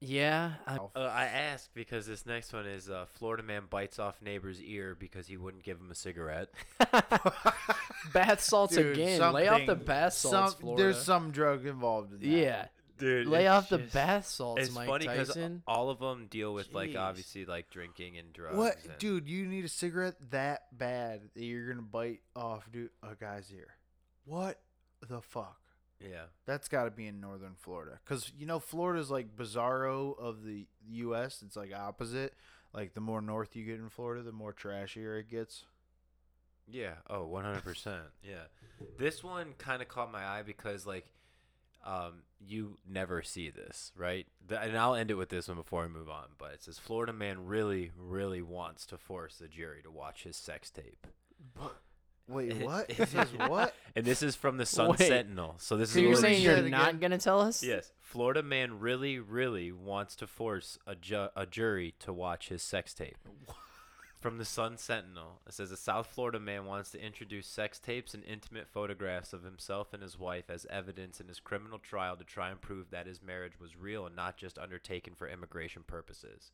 Speaker 2: Yeah. I,
Speaker 3: Ralph.
Speaker 4: Uh,
Speaker 3: [laughs]
Speaker 4: I ask because this next one is uh, Florida man bites off neighbor's ear because he wouldn't give him a cigarette.
Speaker 2: [laughs] bath salts
Speaker 3: Dude,
Speaker 2: again. Lay off the
Speaker 3: something-
Speaker 2: bath salts,
Speaker 3: some,
Speaker 2: Florida.
Speaker 3: there's some drug involved in that.
Speaker 2: yeah.
Speaker 4: [laughs] Dude,
Speaker 2: Lay off the bath salts,
Speaker 4: It's
Speaker 2: Mike
Speaker 4: funny uh, because
Speaker 2: Tyson.
Speaker 4: all of them deal with like
Speaker 2: Jeez.
Speaker 4: obviously like drinking and drugs.
Speaker 3: What,
Speaker 4: and-
Speaker 3: dude? You need a cigarette that bad that you're gonna bite off, dude, a guy's ear? What the fuck?
Speaker 4: Yeah,
Speaker 3: That's got to be in northern Florida, cause you know Florida's like bizarro of the U.S. It's like opposite. Like the more north you get in Florida, the more trashier it gets.
Speaker 4: yeah. Oh, one hundred percent. Yeah, this one kind of caught my eye because like Um, you never see this, right? Th- and I'll end it with this one before I move on. But it says Florida man really, really wants to force the jury to watch his sex tape.
Speaker 2: [laughs]
Speaker 3: Wait, what?
Speaker 4: It-
Speaker 3: This is what?
Speaker 4: And this is from the Sun
Speaker 2: Wait.
Speaker 4: Sentinel. So this
Speaker 2: So
Speaker 4: is
Speaker 2: you're
Speaker 4: what
Speaker 2: saying
Speaker 4: we-
Speaker 2: you're
Speaker 3: Said it
Speaker 2: not
Speaker 3: again.
Speaker 2: gonna tell us?
Speaker 4: Yes, Florida man really, really wants to force a, ju- a jury to watch his sex tape. From the Sun Sentinel, it says a South Florida man wants to introduce sex tapes and intimate photographs of himself and his wife as evidence in his criminal trial to try and prove that his marriage was real and not just undertaken for immigration purposes.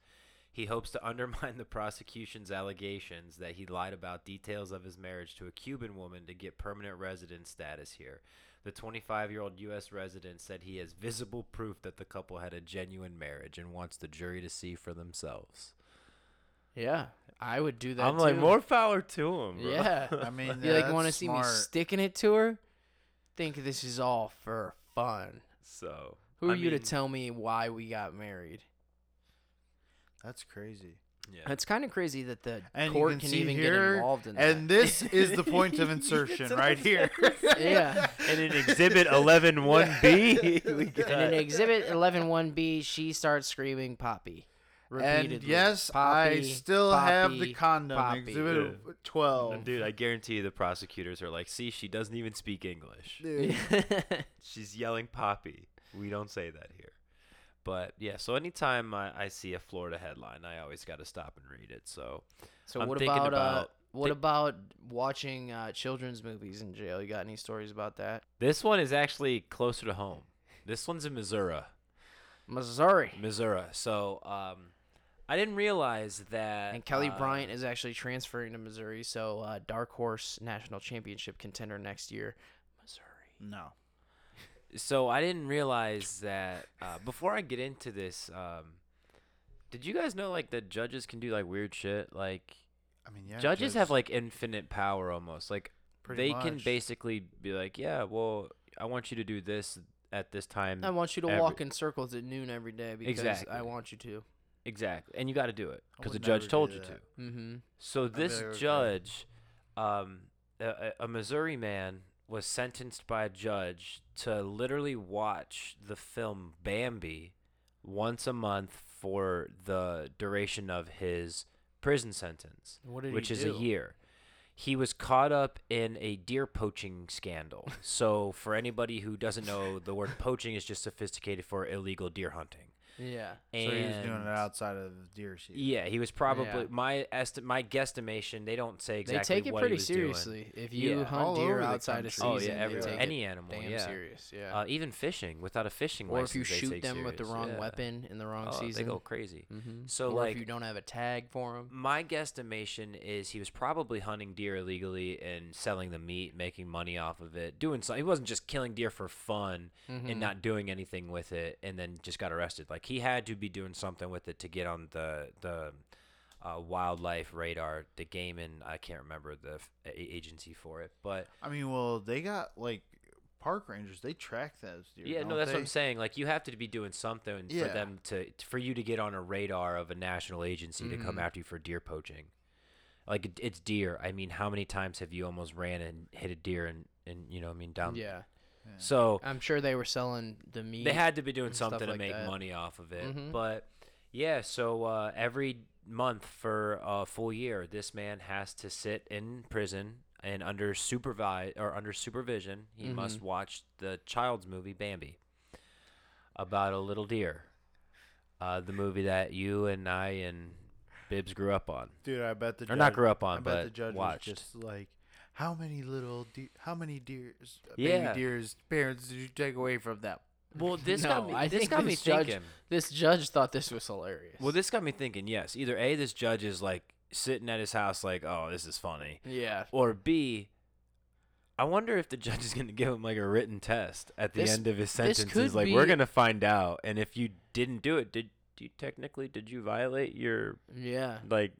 Speaker 4: He hopes to undermine the prosecution's allegations that he lied about details of his marriage to a Cuban woman to get permanent resident status here. The 25 year old U.S. resident said he has visible proof that the couple had a genuine marriage and wants the jury to see for themselves.
Speaker 2: Yeah, I would do that.
Speaker 4: I'm like,
Speaker 2: too.
Speaker 4: more power to him. Bro. [laughs]
Speaker 2: Yeah.
Speaker 3: I mean,
Speaker 2: You like
Speaker 3: that's
Speaker 2: want to see me
Speaker 3: smart.
Speaker 2: sticking it to her? Think this is all for fun.
Speaker 4: so
Speaker 2: Who are
Speaker 4: I
Speaker 2: you to
Speaker 4: mean,
Speaker 2: tell me why we got married?
Speaker 3: That's crazy.
Speaker 2: [laughs]
Speaker 4: Yeah.
Speaker 2: It's kind of crazy that the
Speaker 3: And
Speaker 2: court
Speaker 3: you
Speaker 2: can,
Speaker 3: can, see
Speaker 2: even
Speaker 3: here,
Speaker 2: get involved in
Speaker 3: and
Speaker 2: that. [laughs]
Speaker 3: this is the point of insertion right here.
Speaker 2: yeah.
Speaker 3: [laughs]
Speaker 4: And in Exhibit 11
Speaker 2: [laughs]
Speaker 4: 1B, [laughs] we got.
Speaker 2: And in Exhibit 11-1B, she starts screaming "Poppy." Repeatedly.
Speaker 3: and yes, I
Speaker 2: Poppy,
Speaker 3: still have the
Speaker 2: Poppy,
Speaker 3: condom.
Speaker 2: Poppy. [laughs]
Speaker 3: Exhibit
Speaker 4: Yeah.
Speaker 3: twelve.
Speaker 4: Dude, I guarantee you the prosecutors are like, see, she doesn't even speak English.
Speaker 3: Dude.
Speaker 4: She's yelling Poppy. We don't say that here. But yeah, so anytime I, I see a Florida headline, I always got to stop and read it. So
Speaker 2: so
Speaker 4: I'm
Speaker 2: what
Speaker 4: thinking
Speaker 2: about, uh,
Speaker 4: about-
Speaker 2: what
Speaker 4: thi-
Speaker 2: about watching uh, children's movies in jail? You got any stories about that?
Speaker 4: this one is actually closer to home. This one's in Missouri.
Speaker 2: Missouri.
Speaker 4: Missouri. So um, I didn't realize that.
Speaker 2: And Kelly
Speaker 4: uh,
Speaker 2: Bryant is actually transferring to Missouri, so uh, dark horse national championship contender next year. Missouri.
Speaker 3: No.
Speaker 4: So I didn't realize that. Uh, before I get into this, um, did you guys know like that judges can do like weird shit? Like
Speaker 3: I mean, yeah.
Speaker 4: judges have
Speaker 3: just
Speaker 4: like infinite power almost. Like
Speaker 3: pretty
Speaker 4: they can
Speaker 3: much.
Speaker 4: basically be like, yeah, well, I want you to do this at this time.
Speaker 2: I want you to
Speaker 4: Every-
Speaker 2: walk in circles at noon every day because
Speaker 4: Exactly.
Speaker 2: I want you to.
Speaker 4: exactly, and you got to do it
Speaker 3: I
Speaker 4: because the
Speaker 3: would never
Speaker 4: judge
Speaker 3: do
Speaker 4: told you
Speaker 3: that.
Speaker 4: to.
Speaker 2: Mm-hmm.
Speaker 4: So
Speaker 3: bet
Speaker 4: this
Speaker 3: it was great.
Speaker 4: judge, um, a, a a Missouri man, was sentenced by a judge to literally watch the film Bambi once a month for the duration of his prison sentence,
Speaker 2: What did he
Speaker 4: which is
Speaker 2: do?
Speaker 4: a year. He was caught up in a deer poaching
Speaker 3: [laughs]
Speaker 4: scandal. so, for anybody who doesn't know, the word poaching is just sophisticated for illegal deer hunting.
Speaker 2: Yeah.
Speaker 3: So he was doing it
Speaker 4: And-
Speaker 3: outside of deer season.
Speaker 4: yeah, he was probably
Speaker 2: Yeah.
Speaker 4: my esti- my guesstimation. They don't say exactly.
Speaker 2: they take it
Speaker 4: what he
Speaker 2: pretty
Speaker 4: was doing.
Speaker 2: seriously. If you
Speaker 4: Yeah.
Speaker 2: hunt
Speaker 3: All over
Speaker 2: deer
Speaker 3: the
Speaker 2: outside of
Speaker 3: country.
Speaker 2: season,
Speaker 4: Oh, yeah,
Speaker 2: they
Speaker 4: everywhere.
Speaker 2: take
Speaker 4: Any
Speaker 2: it
Speaker 4: animal,
Speaker 2: damn
Speaker 4: yeah.
Speaker 2: serious. Yeah.
Speaker 4: Uh, even fishing without a fishing
Speaker 2: or
Speaker 4: license,
Speaker 2: if you
Speaker 4: they
Speaker 2: shoot
Speaker 4: take
Speaker 2: them with the
Speaker 4: serious.
Speaker 2: wrong
Speaker 4: Yeah.
Speaker 2: weapon in the wrong
Speaker 4: Oh,
Speaker 2: season.
Speaker 4: they go crazy.
Speaker 2: hmm
Speaker 4: So,
Speaker 2: or
Speaker 4: like-
Speaker 2: if you don't have a tag for them.
Speaker 4: My guesstimation is he was probably hunting deer illegally and selling the meat, making money off of it, doing something. He wasn't just killing deer for fun and
Speaker 2: Mm-hmm.
Speaker 3: Mm-hmm.
Speaker 4: not doing anything with it, and then just got arrested. Like he had to be doing something with it to get on the the uh, wildlife radar, the game, and I can't remember the f- a- agency for it, but.
Speaker 3: I mean, well, they got like park rangers. They track those deer.
Speaker 4: Yeah, no,
Speaker 3: don't
Speaker 4: that's what
Speaker 3: they?
Speaker 4: I'm saying. Like you have to be doing something
Speaker 3: Yeah.
Speaker 4: for them to for you to get on a radar of a national agency to
Speaker 3: Mm-hmm.
Speaker 4: come after you for deer poaching. Like it, it's deer. I mean, how many times have you almost ran and hit a deer and and you know I mean down?
Speaker 2: Yeah.
Speaker 4: So
Speaker 2: I'm sure they were selling the meat.
Speaker 4: they had to be doing
Speaker 2: and stuff
Speaker 4: something to
Speaker 2: like
Speaker 4: make
Speaker 2: that.
Speaker 4: money off of it.
Speaker 2: Mhm.
Speaker 4: But yeah, so uh, every month for a full year, this man has to sit in prison and under supervise or under supervision, he must watch the child's movie Bambi about a little deer. Uh, the movie that you and I and Bibbs grew up on.
Speaker 3: Dude, I bet the
Speaker 4: Or not
Speaker 3: judge-
Speaker 4: grew up on,
Speaker 3: I bet the
Speaker 4: but
Speaker 3: judge
Speaker 4: watched.
Speaker 3: was just like, how many little, de- how many deers, uh,
Speaker 4: Yeah.
Speaker 3: baby deers, parents did you take away from them?
Speaker 4: Well, this [laughs]
Speaker 2: no,
Speaker 4: got me,
Speaker 2: I
Speaker 4: this
Speaker 2: think
Speaker 4: got me
Speaker 2: this judge,
Speaker 4: thinking.
Speaker 2: This judge thought this was hilarious.
Speaker 4: Well, this got me thinking. Yes, either A, this judge is like sitting at his house, like, oh, this is funny.
Speaker 2: yeah.
Speaker 4: or B, I wonder if the judge is going to give him like a written test at the
Speaker 2: This-
Speaker 4: end of his
Speaker 2: this
Speaker 4: sentence.
Speaker 2: could
Speaker 4: Is like, we're
Speaker 2: be-
Speaker 4: going to find out, and if you didn't do it, did you technically did you violate your
Speaker 2: Yeah.
Speaker 4: like,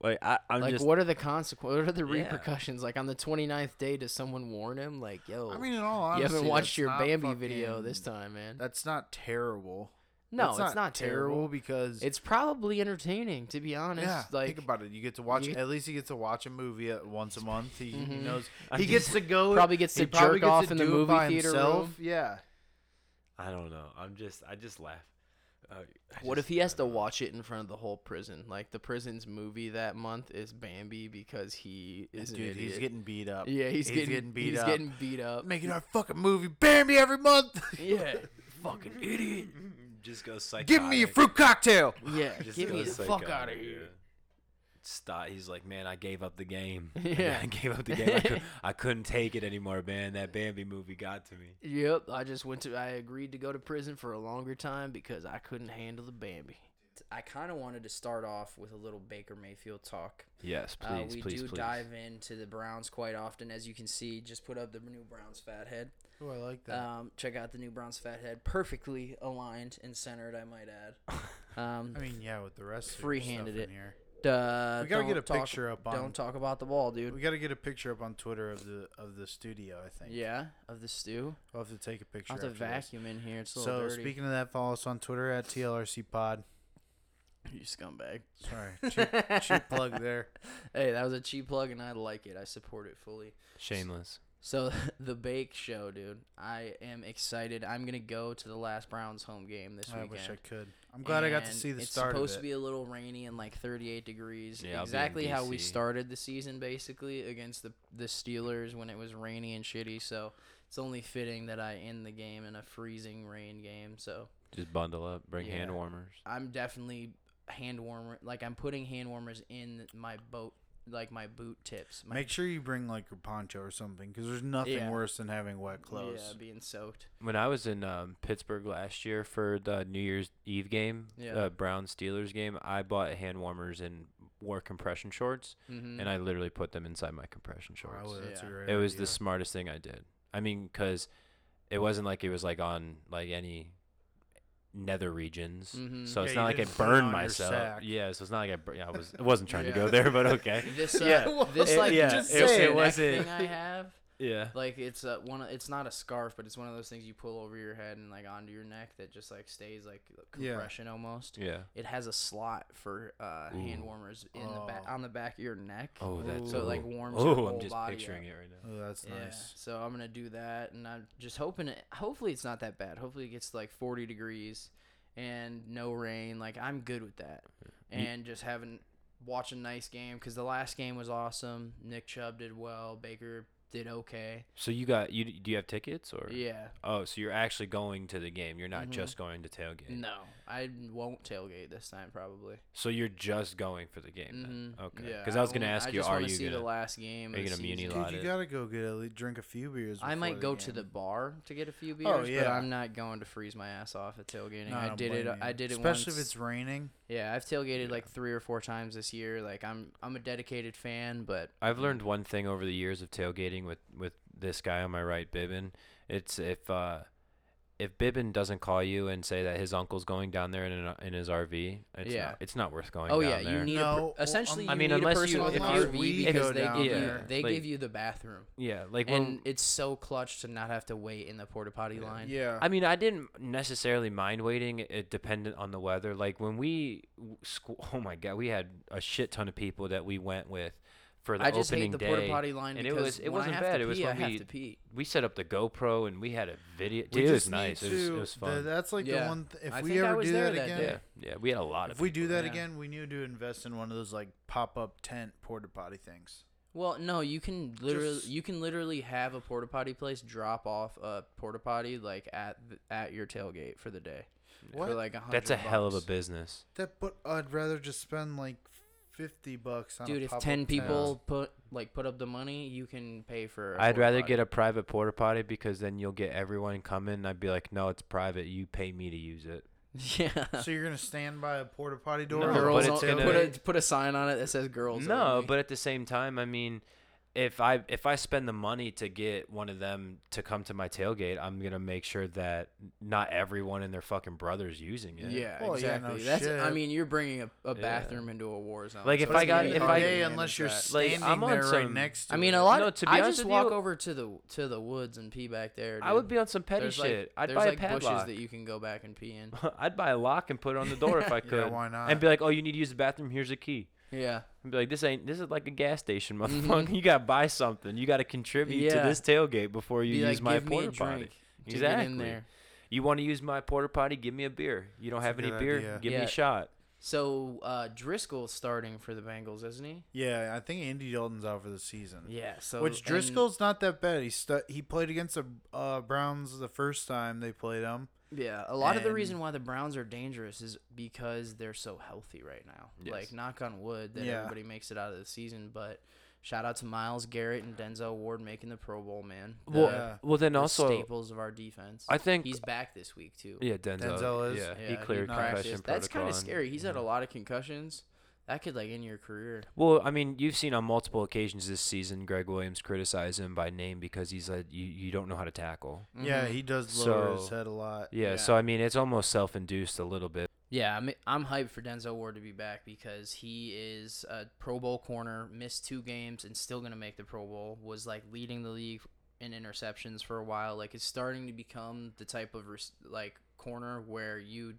Speaker 4: like I, I'm
Speaker 2: like
Speaker 4: just
Speaker 2: what are the consequences? What are the
Speaker 4: Yeah.
Speaker 2: repercussions? Like on the 29th day, does someone warn him? Like, yo,
Speaker 4: Oh.
Speaker 3: I mean, in all
Speaker 2: you
Speaker 3: honesty,
Speaker 2: haven't watched
Speaker 3: that's
Speaker 2: your
Speaker 3: not
Speaker 2: Bambi video this
Speaker 3: fucking-
Speaker 2: time, man.
Speaker 3: That's not terrible.
Speaker 2: no,
Speaker 3: That's
Speaker 2: it's not, terrible.
Speaker 3: because
Speaker 2: It's probably entertaining, to be honest.
Speaker 3: yeah,
Speaker 2: like,
Speaker 3: think about it. You get to watch
Speaker 2: you-
Speaker 3: at least he gets to watch a movie at- once a month. He, he
Speaker 2: Mhm.
Speaker 3: knows
Speaker 4: I'm
Speaker 3: he gets
Speaker 4: just-
Speaker 3: to go
Speaker 2: Probably gets
Speaker 3: he
Speaker 2: to
Speaker 3: probably
Speaker 2: jerk
Speaker 3: gets
Speaker 2: off
Speaker 3: to
Speaker 2: in the
Speaker 3: do it
Speaker 2: movie
Speaker 3: by
Speaker 2: theater
Speaker 3: himself.
Speaker 2: room.
Speaker 3: Yeah,
Speaker 4: I don't know. I'm just I just laugh. Uh, I
Speaker 5: What if
Speaker 4: just-
Speaker 5: he has to
Speaker 4: I don't know.
Speaker 5: watch it in front of the whole prison? Like the prison's movie that month is Bambi because he is an
Speaker 3: Dude,
Speaker 5: idiot.
Speaker 3: he's getting beat up.
Speaker 5: yeah, he's, getting,
Speaker 3: beat
Speaker 5: he's
Speaker 3: up.
Speaker 5: getting beat up.
Speaker 3: Making our fucking movie Bambi every month.
Speaker 2: [laughs]
Speaker 5: yeah,
Speaker 4: fucking idiot? Just go
Speaker 3: [laughs]
Speaker 4: psychotic.
Speaker 3: Give me a fruit cocktail.
Speaker 5: yeah.
Speaker 4: Just
Speaker 5: Get me
Speaker 4: goes
Speaker 5: the fuck
Speaker 4: psychotic,
Speaker 5: out of
Speaker 4: yeah.
Speaker 5: here.
Speaker 4: Stop. He's like, man, I gave up the game.
Speaker 5: Yeah.
Speaker 4: [laughs] I gave up the game. I, could, I couldn't take it anymore, man. That Bambi movie got to me.
Speaker 5: Yep, I just went to. I agreed to go to prison for a longer time because I couldn't handle the Bambi.
Speaker 2: I kind of wanted to start off with a little Baker Mayfield talk.
Speaker 4: Yes,
Speaker 2: uh, we do dive into the Browns quite often, as you can see. Just put up the new Browns fathead.
Speaker 3: Oh, I like
Speaker 2: Um, check out the new Browns fathead, perfectly aligned and centered, I might
Speaker 3: [laughs]
Speaker 2: add. Um,
Speaker 3: I mean, yeah, with the rest. of your
Speaker 2: Free-handed
Speaker 3: stuff
Speaker 2: it.
Speaker 3: in Here.
Speaker 2: duh,
Speaker 3: We gotta
Speaker 2: don't
Speaker 3: get a
Speaker 2: talk-
Speaker 3: picture up on-
Speaker 2: Don't talk about the ball, dude.
Speaker 3: We got to get a picture up on Twitter of the of the studio. I think.
Speaker 2: Yeah, of the stew.
Speaker 3: We'll have to take a picture.
Speaker 2: I'll have to
Speaker 3: after this.
Speaker 2: vacuum in here. It's a little
Speaker 3: So
Speaker 2: dirty.
Speaker 3: speaking of that, follow us on Twitter at TLRC Pod.
Speaker 5: You scumbag.
Speaker 3: [laughs] Sorry, cheap, cheap plug there.
Speaker 2: [laughs] hey, that was a cheap plug, and I like it. I support it fully.
Speaker 4: Shameless.
Speaker 2: So [laughs] the bake show, dude. I am excited. I'm gonna go to the last Browns home game this
Speaker 3: I
Speaker 2: weekend.
Speaker 3: wish I could. I'm glad I got to
Speaker 2: and
Speaker 3: see the
Speaker 2: it's
Speaker 3: start
Speaker 2: supposed
Speaker 3: of it.
Speaker 2: to be a little rainy and like 38 degrees.
Speaker 4: Yeah, I'll be in
Speaker 2: exactly how we
Speaker 4: DC.
Speaker 2: started the season, basically against the the Steelers when it was rainy and shitty. So it's only fitting that I end the game in a freezing rain game. So
Speaker 4: Just bundle up. Bring hand
Speaker 2: Yeah.
Speaker 4: warmers.
Speaker 2: I'm definitely hand warmer. Like I'm putting hand warmers in my boat, like my boot tips. My
Speaker 3: Make sure you bring like your poncho or something, because there's nothing
Speaker 2: Yeah.
Speaker 3: worse than having wet clothes.
Speaker 2: Yeah, being soaked.
Speaker 4: When I was in um, Pittsburgh last year for the New Year's Eve game,
Speaker 2: Yeah.
Speaker 4: uh, Brown Steelers game, I bought hand warmers and wore compression shorts,
Speaker 2: Mm-hmm.
Speaker 4: and I literally put them inside my
Speaker 2: Oh,
Speaker 4: compression shorts.
Speaker 3: Wow, that's a
Speaker 2: Yeah.
Speaker 3: great
Speaker 4: it was
Speaker 3: idea.
Speaker 4: the smartest thing I did. I mean, because it wasn't like it was like on like any nether regions,
Speaker 2: Mhm.
Speaker 4: so it's
Speaker 3: Yeah,
Speaker 4: not
Speaker 3: you
Speaker 4: like I
Speaker 3: didn't put it on
Speaker 4: burned
Speaker 3: your
Speaker 4: myself.
Speaker 3: sack.
Speaker 4: Yeah, so it's not like I, bur- yeah, I was
Speaker 2: [laughs]
Speaker 4: I wasn't trying to
Speaker 2: Yeah.
Speaker 4: go there, but okay.
Speaker 2: [laughs]
Speaker 3: [laughs]
Speaker 2: This uh,
Speaker 4: Yeah.
Speaker 2: this
Speaker 4: It-
Speaker 2: like
Speaker 4: yeah,
Speaker 2: just
Speaker 4: it- it
Speaker 2: saying, neck
Speaker 4: wasn't-
Speaker 2: thing I have.
Speaker 4: Yeah,
Speaker 2: Like it's uh, one. Of, it's not a scarf, but it's one of those things you pull over your head and like onto your neck that just like stays like
Speaker 3: Yeah.
Speaker 2: compression almost.
Speaker 4: yeah.
Speaker 2: It has a slot for uh, hand
Speaker 4: Ooh.
Speaker 2: warmers in the back
Speaker 3: Oh.
Speaker 2: on the back of your neck.
Speaker 4: Oh, that's
Speaker 2: so it, like
Speaker 4: ooh.
Speaker 2: warms your
Speaker 4: Oh,
Speaker 2: whole
Speaker 4: I'm just
Speaker 2: body
Speaker 4: picturing
Speaker 2: up.
Speaker 4: it right now.
Speaker 3: Oh, that's
Speaker 2: Yeah.
Speaker 3: nice.
Speaker 2: So I'm gonna do that, and I'm just hoping it. Hopefully, it's not that bad. Hopefully, it gets to like 40 degrees and no rain. Like I'm good with that, and just having watch a nice game because the last game was awesome. Nick Chubb did well. Baker did okay.
Speaker 4: So you got you? Do you have tickets or?
Speaker 2: Yeah.
Speaker 4: Oh, so you're actually going to the game. You're not
Speaker 2: Mhm.
Speaker 4: just going to tailgate.
Speaker 2: No, I won't tailgate this time probably.
Speaker 4: So you're just going for the game. Then.
Speaker 2: Mhm.
Speaker 4: Okay.
Speaker 2: Yeah,
Speaker 4: Because I was
Speaker 2: I
Speaker 4: going to
Speaker 2: wanna-
Speaker 4: ask
Speaker 2: I
Speaker 4: you,
Speaker 2: just
Speaker 4: are
Speaker 2: wanna
Speaker 4: you
Speaker 2: see
Speaker 4: going
Speaker 2: the
Speaker 4: to?
Speaker 2: last game?
Speaker 4: are you
Speaker 2: of the
Speaker 4: gonna muni
Speaker 2: season.
Speaker 4: lot?
Speaker 3: Dude, you
Speaker 4: allotted.
Speaker 3: gotta go get at least drink a few beers.
Speaker 2: I might
Speaker 3: before
Speaker 2: go
Speaker 3: the
Speaker 2: to the
Speaker 3: game.
Speaker 2: bar to get a few beers,
Speaker 3: Oh,
Speaker 2: but
Speaker 3: yeah.
Speaker 2: I'm not going to freeze my ass off at tailgating.
Speaker 3: No,
Speaker 2: I
Speaker 3: don't
Speaker 2: did it.
Speaker 3: blame
Speaker 2: I
Speaker 3: you.
Speaker 2: did it
Speaker 3: especially
Speaker 2: once.
Speaker 3: if it's raining.
Speaker 2: Yeah, I've tailgated
Speaker 4: Yeah.
Speaker 2: like three or four times this year. Like I'm I'm a dedicated fan, but
Speaker 4: I've
Speaker 2: mm.
Speaker 4: learned one thing over the years of tailgating with with this guy on my right, Bibbin. It's if uh, if Bibbin doesn't call you and say that his uncle's going down there in an, in his RV, it's
Speaker 2: Yeah.
Speaker 4: not it's not worth going.
Speaker 2: oh
Speaker 4: down
Speaker 2: yeah,
Speaker 4: there.
Speaker 2: you need
Speaker 3: No,
Speaker 2: a
Speaker 3: well,
Speaker 2: per- essentially.
Speaker 3: um,
Speaker 2: you
Speaker 4: I mean,
Speaker 2: need
Speaker 4: unless
Speaker 2: a person
Speaker 4: you-
Speaker 2: with
Speaker 4: if
Speaker 2: an
Speaker 4: you-
Speaker 2: RV
Speaker 3: we
Speaker 2: because
Speaker 3: go
Speaker 2: they
Speaker 3: down
Speaker 2: give you
Speaker 4: there,
Speaker 2: they
Speaker 4: like-
Speaker 2: give you the bathroom,
Speaker 4: Yeah, like
Speaker 2: and
Speaker 4: when
Speaker 2: it's so clutch to not have to wait in the porta potty line.
Speaker 3: Yeah.
Speaker 4: I mean, I didn't necessarily mind waiting. It depended on the weather. Like when we, w- squ- [laughs] oh my god, we had a shit ton of people that we went with for the
Speaker 2: I just hate
Speaker 4: opening
Speaker 2: the
Speaker 4: day.
Speaker 2: porta potty line
Speaker 4: and it
Speaker 2: because
Speaker 4: was it
Speaker 2: when
Speaker 4: wasn't
Speaker 2: I have
Speaker 4: bad.
Speaker 2: To
Speaker 4: it was
Speaker 2: pee, I
Speaker 4: when
Speaker 2: have
Speaker 4: we
Speaker 2: to pee.
Speaker 4: we set up the GoPro and we had a video.
Speaker 3: We
Speaker 4: Dude, it was
Speaker 3: just need
Speaker 4: nice. It was,
Speaker 3: to-
Speaker 4: it was fun.
Speaker 3: th- that's like
Speaker 2: Yeah.
Speaker 3: the one. Th- if
Speaker 2: I
Speaker 3: we
Speaker 2: think I
Speaker 3: ever
Speaker 2: was
Speaker 3: do
Speaker 2: there
Speaker 3: that,
Speaker 2: that
Speaker 3: again,
Speaker 2: day.
Speaker 4: yeah, yeah, we had a lot of.
Speaker 3: if we do that
Speaker 2: Yeah.
Speaker 3: again, we need to invest in one of those like pop up tent porta potty things.
Speaker 2: Well, no, you can literally
Speaker 3: Just-
Speaker 2: you can literally have a porta potty place drop off a porta potty like at th- at your tailgate for the day for
Speaker 3: What?
Speaker 2: like a hundred.
Speaker 4: That's a hell of a
Speaker 2: bucks.
Speaker 4: business.
Speaker 3: That, but I'd rather just spend like fifty bucks on.
Speaker 2: Dude,
Speaker 3: a
Speaker 2: if
Speaker 3: pop-up
Speaker 2: ten
Speaker 3: tent.
Speaker 2: people put like put up the money, you can pay for. i
Speaker 4: I'd rather get a private porta potty because then you'll get everyone coming. And I'd be like, no, it's private. You pay me to use it.
Speaker 2: [laughs] yeah.
Speaker 3: so you're gonna stand by a porta potty door.
Speaker 4: No,
Speaker 3: and
Speaker 4: but
Speaker 3: girls
Speaker 4: it's
Speaker 2: on-
Speaker 3: only-
Speaker 4: gonna-
Speaker 2: put a put a sign on it that says girls.
Speaker 4: No,
Speaker 2: only.
Speaker 4: but at the same time, I mean, if I if I spend the money to get one of them to come to my tailgate, I'm gonna make sure that not everyone and their fucking brothers using it.
Speaker 2: yeah,
Speaker 3: Well, yeah, no
Speaker 2: exactly. That's I
Speaker 3: shit.
Speaker 2: mean, you're bringing a, a
Speaker 4: Yeah.
Speaker 2: bathroom into a war zone.
Speaker 4: Like, if
Speaker 2: it's
Speaker 4: I got-
Speaker 2: gonna be
Speaker 4: if
Speaker 2: hard
Speaker 4: I-
Speaker 2: to
Speaker 3: Hey,
Speaker 2: manage
Speaker 3: unless you're
Speaker 2: that.
Speaker 4: Like,
Speaker 3: standing
Speaker 4: I'm on
Speaker 3: there right
Speaker 4: some-
Speaker 3: next to
Speaker 2: I mean,
Speaker 3: it.
Speaker 2: a lot.
Speaker 4: No,
Speaker 2: of,
Speaker 4: to be
Speaker 2: I
Speaker 4: honest
Speaker 2: just
Speaker 4: with
Speaker 2: walk
Speaker 4: you-
Speaker 2: over to the to the woods and pee back there.
Speaker 4: I would
Speaker 2: dude.
Speaker 4: be on some petty
Speaker 2: There's like-
Speaker 4: shit. I'd
Speaker 2: there's
Speaker 4: buy
Speaker 2: like
Speaker 4: a
Speaker 2: bushes
Speaker 4: padlock. [laughs]
Speaker 2: that you can go back and pee [laughs] in.
Speaker 4: I'd buy a lock and put it on the door
Speaker 2: [laughs]
Speaker 4: if I could.
Speaker 3: why not?
Speaker 4: And be like, oh, you need to use the bathroom. Here's a key.
Speaker 2: Yeah,
Speaker 4: And be like, this ain't this is like a
Speaker 2: [laughs]
Speaker 4: gas station, motherfucker. You gotta buy something. You gotta contribute
Speaker 2: Yeah.
Speaker 4: to this tailgate before you
Speaker 2: be
Speaker 4: use
Speaker 2: like,
Speaker 4: my
Speaker 2: give me a
Speaker 4: porta potty.
Speaker 2: drink to get in
Speaker 4: Exactly.
Speaker 2: there.
Speaker 4: You want to use my porter potty? Give me a beer. You don't
Speaker 3: That's a
Speaker 4: have any
Speaker 3: good
Speaker 4: beer?
Speaker 3: idea.
Speaker 4: Give me
Speaker 2: Yeah.
Speaker 4: a shot.
Speaker 2: So uh, Driscoll's starting for the Bengals, isn't he?
Speaker 3: Yeah, I think Andy Dalton's out for the season.
Speaker 2: Yeah. So
Speaker 3: Which
Speaker 2: and-
Speaker 3: Driscoll's not that bad. He stu- he played against the uh, Browns the first time they played him.
Speaker 2: Yeah, a lot of the
Speaker 3: And-
Speaker 2: reason why the Browns are dangerous is because they're so healthy right now.
Speaker 4: Yes.
Speaker 2: Like knock on wood that
Speaker 3: Yeah.
Speaker 2: everybody makes it out of the season, but shout out to Miles Garrett and Denzel Ward making the Pro Bowl, man. The-
Speaker 4: Well,
Speaker 3: Yeah.
Speaker 4: well, then
Speaker 2: the
Speaker 4: also,
Speaker 2: staples of our defense.
Speaker 4: I think
Speaker 2: he's back this week too.
Speaker 4: yeah, Denzel.
Speaker 3: Denzel is-
Speaker 4: yeah,
Speaker 2: Yeah,
Speaker 4: he cleared
Speaker 2: practiced.
Speaker 4: concussion protocol.
Speaker 2: That's kind of
Speaker 4: and-
Speaker 2: scary. He's had a
Speaker 4: yeah.
Speaker 2: lot of concussions. That could like end your career.
Speaker 4: Well, I mean, you've seen on multiple occasions this season Greg Williams criticize him by name because he's like, you, you don't know how to tackle.
Speaker 3: Yeah,
Speaker 2: Mhm.
Speaker 3: he does lower his
Speaker 4: So-
Speaker 3: head a lot.
Speaker 4: Yeah, so I mean, it's almost self induced a little bit.
Speaker 2: Yeah, I'm, I'm hyped for Denzel Ward to be back because he is a Pro Bowl corner, missed two games and still going to make the Pro Bowl, was like leading the league in interceptions for a while. Like it's starting to become the type of res- like corner where you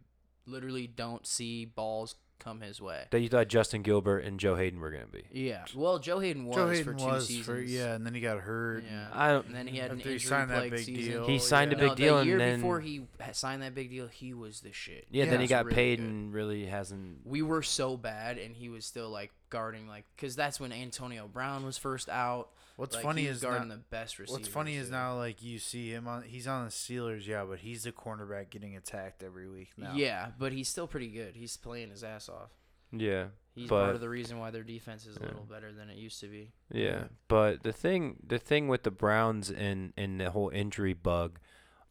Speaker 2: literally don't see balls come his way.
Speaker 4: That you thought Justin Gilbert and Joe Hayden were going to be.
Speaker 2: Yeah. Well, Joe Hayden was
Speaker 3: Joe Hayden
Speaker 2: for two
Speaker 3: was
Speaker 2: seasons.
Speaker 3: for yeah, and then he got hurt.
Speaker 2: Yeah.
Speaker 4: I don't-
Speaker 2: and then he had an
Speaker 3: After he
Speaker 2: injury
Speaker 3: signed that
Speaker 2: plagued
Speaker 3: big
Speaker 2: season.
Speaker 3: deal.
Speaker 4: He signed a
Speaker 3: yeah.
Speaker 4: big
Speaker 2: no,
Speaker 4: deal
Speaker 2: the
Speaker 4: and
Speaker 2: year
Speaker 4: then-
Speaker 2: before he signed that big deal, he was the shit.
Speaker 4: Yeah, then he
Speaker 3: it's
Speaker 4: got
Speaker 2: really
Speaker 4: paid
Speaker 2: good.
Speaker 4: and really hasn't.
Speaker 2: we were so bad and he was still like guarding like because that's when antonio brown was first out
Speaker 3: What's
Speaker 2: Like,
Speaker 3: funny
Speaker 2: he was
Speaker 3: is
Speaker 2: guarding
Speaker 3: not-
Speaker 2: the best receiver
Speaker 3: What's funny is now like you see him on he's on the Steelers, yeah, but he's the cornerback getting attacked every week now.
Speaker 2: yeah but he's still pretty good he's playing his ass off
Speaker 4: Yeah.
Speaker 2: he's
Speaker 4: but,
Speaker 2: part of the reason why their defense is a
Speaker 4: Yeah.
Speaker 2: little better than it used to be
Speaker 4: Yeah, but the thing the thing with the Browns and and the whole injury bug,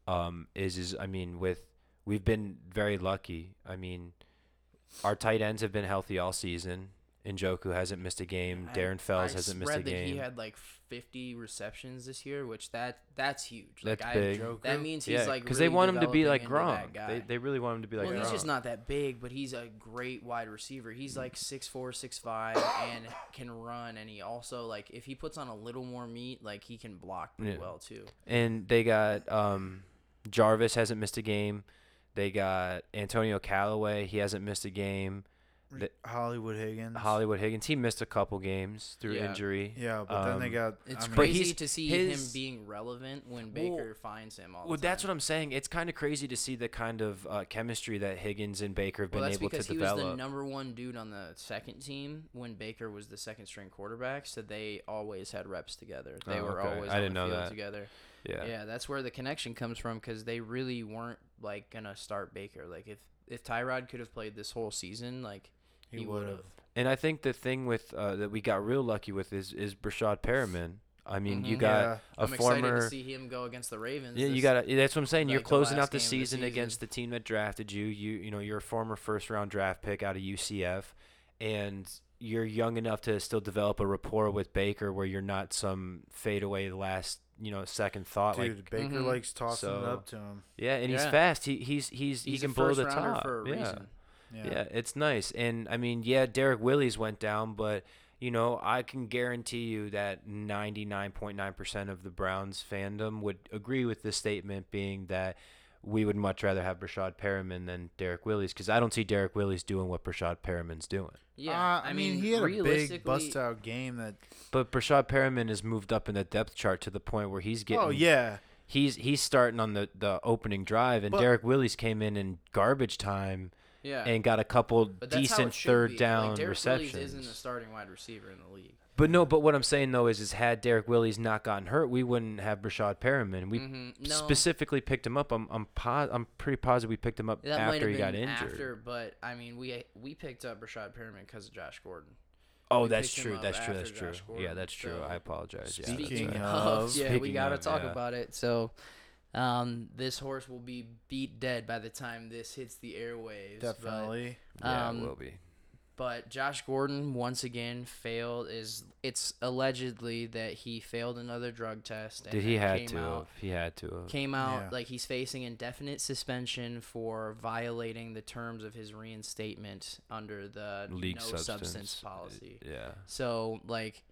Speaker 4: um, is is I mean with we've been very lucky. I mean, our tight ends have been healthy all season. Njoku hasn't missed a game.
Speaker 2: I-
Speaker 4: Darren Fells
Speaker 2: I
Speaker 4: hasn't missed
Speaker 2: read
Speaker 4: a game.
Speaker 2: that he had like 50 receptions this year which that that's huge like
Speaker 4: That's
Speaker 2: I,
Speaker 4: big.
Speaker 2: that
Speaker 3: Njoku?
Speaker 2: means he's
Speaker 4: yeah,
Speaker 2: like
Speaker 4: because
Speaker 2: really
Speaker 4: they want him to be like
Speaker 2: developing into that
Speaker 4: Gronk.
Speaker 2: guy.
Speaker 4: They, they really want him to be like.
Speaker 2: well, he's just
Speaker 4: Gronk.
Speaker 2: not that big, but he's a great wide receiver. He's like 6'4", 6'5", and can run. And he also like if he puts on a little more meat, like he can block pretty
Speaker 4: Yeah.
Speaker 2: well too.
Speaker 4: And they got um, Jarvis hasn't missed a game. They got Antonio Callaway. He hasn't missed a game.
Speaker 3: Re- Hollywood Higgins.
Speaker 4: Hollywood Higgins. He missed a couple games through
Speaker 2: Yeah.
Speaker 4: injury.
Speaker 3: Yeah, but then they
Speaker 4: Um,
Speaker 3: got
Speaker 2: It's
Speaker 3: I mean,
Speaker 4: But
Speaker 2: crazy
Speaker 4: he's-
Speaker 2: to see
Speaker 4: his-
Speaker 2: him being relevant when
Speaker 4: Well-
Speaker 2: Baker finds him. All
Speaker 4: Well,
Speaker 2: the
Speaker 4: that's
Speaker 2: time.
Speaker 4: what I'm saying. It's kind of crazy to see the kind of uh, chemistry that Higgins and Baker have been
Speaker 2: Well, that's
Speaker 4: able to
Speaker 2: because he
Speaker 4: develop.
Speaker 2: was the number one dude on the second team when Baker was the second string quarterback. So they always had reps together. They
Speaker 4: Oh,
Speaker 2: were
Speaker 4: okay.
Speaker 2: always
Speaker 4: I
Speaker 2: on
Speaker 4: didn't
Speaker 2: the
Speaker 4: know
Speaker 2: field
Speaker 4: that.
Speaker 2: together.
Speaker 4: yeah.
Speaker 2: Yeah. that's where the connection comes from because they really weren't like gonna start Baker. Like if if Tyrod could have played this whole season, like
Speaker 3: He
Speaker 2: he, would
Speaker 3: would've.
Speaker 2: have.
Speaker 4: And I think the thing with uh, that we got real lucky with is is Brashad Perriman. I mean, you
Speaker 2: Mhm.
Speaker 4: got
Speaker 3: Yeah.
Speaker 4: a
Speaker 2: I'm excited
Speaker 4: former.
Speaker 2: to see him go against the Ravens.
Speaker 4: Yeah, you
Speaker 2: this-
Speaker 4: got. That's what I'm saying. You're
Speaker 2: like, the
Speaker 4: closing
Speaker 2: last
Speaker 4: out the
Speaker 2: game of the
Speaker 4: season, against the team that drafted you. You you know you're a former first round draft pick out of UCF, and you're young enough to still develop a rapport with Baker, where you're not some fadeaway last you know second thought
Speaker 3: dude,
Speaker 4: like mm-hmm.
Speaker 3: Baker
Speaker 2: Mhm.
Speaker 3: likes tossing it
Speaker 4: So-
Speaker 3: up to him.
Speaker 4: yeah, and he's
Speaker 2: Yeah.
Speaker 4: fast. He he's he's, he
Speaker 2: he's
Speaker 4: can
Speaker 2: a
Speaker 4: blow
Speaker 2: first
Speaker 4: the
Speaker 2: rounder
Speaker 4: top.
Speaker 2: for a
Speaker 4: yeah.
Speaker 2: reason.
Speaker 4: Yeah. it's nice. And I mean, yeah, Derek Willis went down, but you know, I can guarantee you that 99.9% of the Browns fandom would agree with this statement being that we would much rather have Brashad Perriman than Derek Willis because I don't see Derek Willis doing what Brashad Perriman's doing.
Speaker 2: Yeah,
Speaker 3: Uh, I, mean, he had a big bust
Speaker 2: realistically,
Speaker 3: out game that. oh,
Speaker 4: But Brashad Perriman has moved up in the depth chart to the point where he's getting
Speaker 3: Oh yeah,
Speaker 4: he's he's starting on the, the opening drive and
Speaker 3: But-
Speaker 4: Derek Willis came in in garbage time
Speaker 2: Yeah,
Speaker 4: and got a couple
Speaker 2: but that's how it
Speaker 4: decent
Speaker 2: should
Speaker 4: third
Speaker 2: be.
Speaker 4: down
Speaker 2: like, Derek
Speaker 4: receptions.
Speaker 2: Willis isn't a starting wide receiver in the league.
Speaker 4: But no, but what I'm saying though is, is had Derek Willis not gotten hurt, we wouldn't have Brashad Perriman. We
Speaker 2: Mhm. No.
Speaker 4: specifically picked him up. I'm I'm po- I'm pretty positive we picked him up
Speaker 2: That might
Speaker 4: after
Speaker 2: have
Speaker 4: he
Speaker 2: been
Speaker 4: got injured.
Speaker 2: after, but I mean, we we picked up Rashad Perriman because of Josh Gordon.
Speaker 4: oh,
Speaker 2: we
Speaker 4: that's
Speaker 2: picked him
Speaker 4: true.
Speaker 2: up
Speaker 4: That's true.
Speaker 2: after
Speaker 4: That's true.
Speaker 2: Josh
Speaker 4: yeah,
Speaker 2: Gordon,
Speaker 4: that's true.
Speaker 2: so-
Speaker 4: I apologize. Yeah, that's
Speaker 2: Speaking
Speaker 4: right.
Speaker 2: of, [laughs]
Speaker 3: of-
Speaker 2: yeah, we
Speaker 4: Speaking
Speaker 2: got to
Speaker 4: of,
Speaker 2: talk
Speaker 4: yeah.
Speaker 2: about it. So, um, this horse will be beat dead by the time this hits the airwaves.
Speaker 4: uh,
Speaker 2: but-
Speaker 3: definitely.
Speaker 4: yeah,
Speaker 2: um,
Speaker 4: it will be.
Speaker 2: But, Josh Gordon once again failed. Is it's allegedly that he failed another drug test. And
Speaker 4: Did he
Speaker 2: then
Speaker 4: had
Speaker 2: came
Speaker 4: to?
Speaker 2: out-
Speaker 4: Have, he had to. Have.
Speaker 2: came out
Speaker 3: Yeah.
Speaker 2: like he's facing indefinite suspension for violating the terms of his reinstatement under the
Speaker 4: League
Speaker 2: no
Speaker 4: substance. Uh,
Speaker 2: substance policy.
Speaker 4: Yeah.
Speaker 2: So like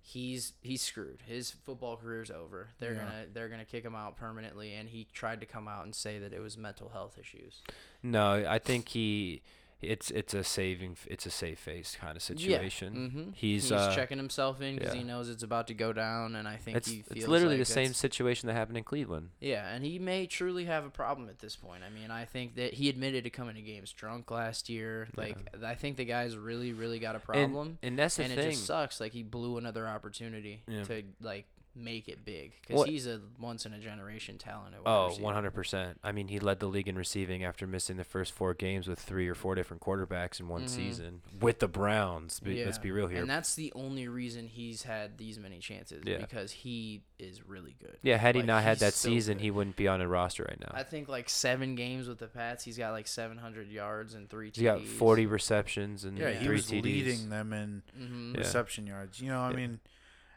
Speaker 2: he's he's screwed. His football career's over. They're
Speaker 3: Yeah.
Speaker 2: gonna they're gonna kick him out permanently and he tried to come out and say that it was mental health issues.
Speaker 4: No, I think he it's it's a saving f- it's a save face kind of situation.
Speaker 2: Mm-hmm.
Speaker 4: He's, uh,
Speaker 2: checking himself in because
Speaker 4: yeah.
Speaker 2: he knows it's about to go down, and I think
Speaker 4: It's
Speaker 2: he feels
Speaker 4: it's literally
Speaker 2: like
Speaker 4: the same
Speaker 2: that's-
Speaker 4: situation that happened in Cleveland.
Speaker 2: Yeah, and he may truly have a problem at this point. I mean, I think that he admitted to coming to games drunk last year. Like, th- I think the guy's really, really got a
Speaker 4: And-
Speaker 2: problem,
Speaker 4: and, that's the
Speaker 2: and, it
Speaker 4: thing.
Speaker 2: just sucks. Like, he blew another opportunity
Speaker 4: Yeah.
Speaker 2: to like make it big because
Speaker 4: Well-
Speaker 2: he's a once in a generation talent. At wide
Speaker 4: Oh,
Speaker 2: receiver.
Speaker 4: 100%. I mean, he led the league in receiving after missing the first four games with three or four different quarterbacks in one
Speaker 2: Mhm.
Speaker 4: season with the Browns. Be, Let's
Speaker 2: Yeah.
Speaker 4: be real here.
Speaker 2: And that's the only reason he's had these many chances
Speaker 4: Yeah.
Speaker 2: because he is really good.
Speaker 4: yeah, had he
Speaker 2: like,
Speaker 4: not had
Speaker 2: he's
Speaker 4: that
Speaker 2: so
Speaker 4: season,
Speaker 2: good.
Speaker 4: he wouldn't be on a roster right now.
Speaker 2: I think like seven games with the Pats, he's got like 700 yards and three. TDs.
Speaker 4: He's got 40 receptions and
Speaker 3: Yeah, he
Speaker 4: three
Speaker 3: was
Speaker 4: TDs.
Speaker 3: leading them in
Speaker 2: Mm-hmm.
Speaker 4: Yeah.
Speaker 3: reception yards. You know, I
Speaker 4: Yeah.
Speaker 3: mean,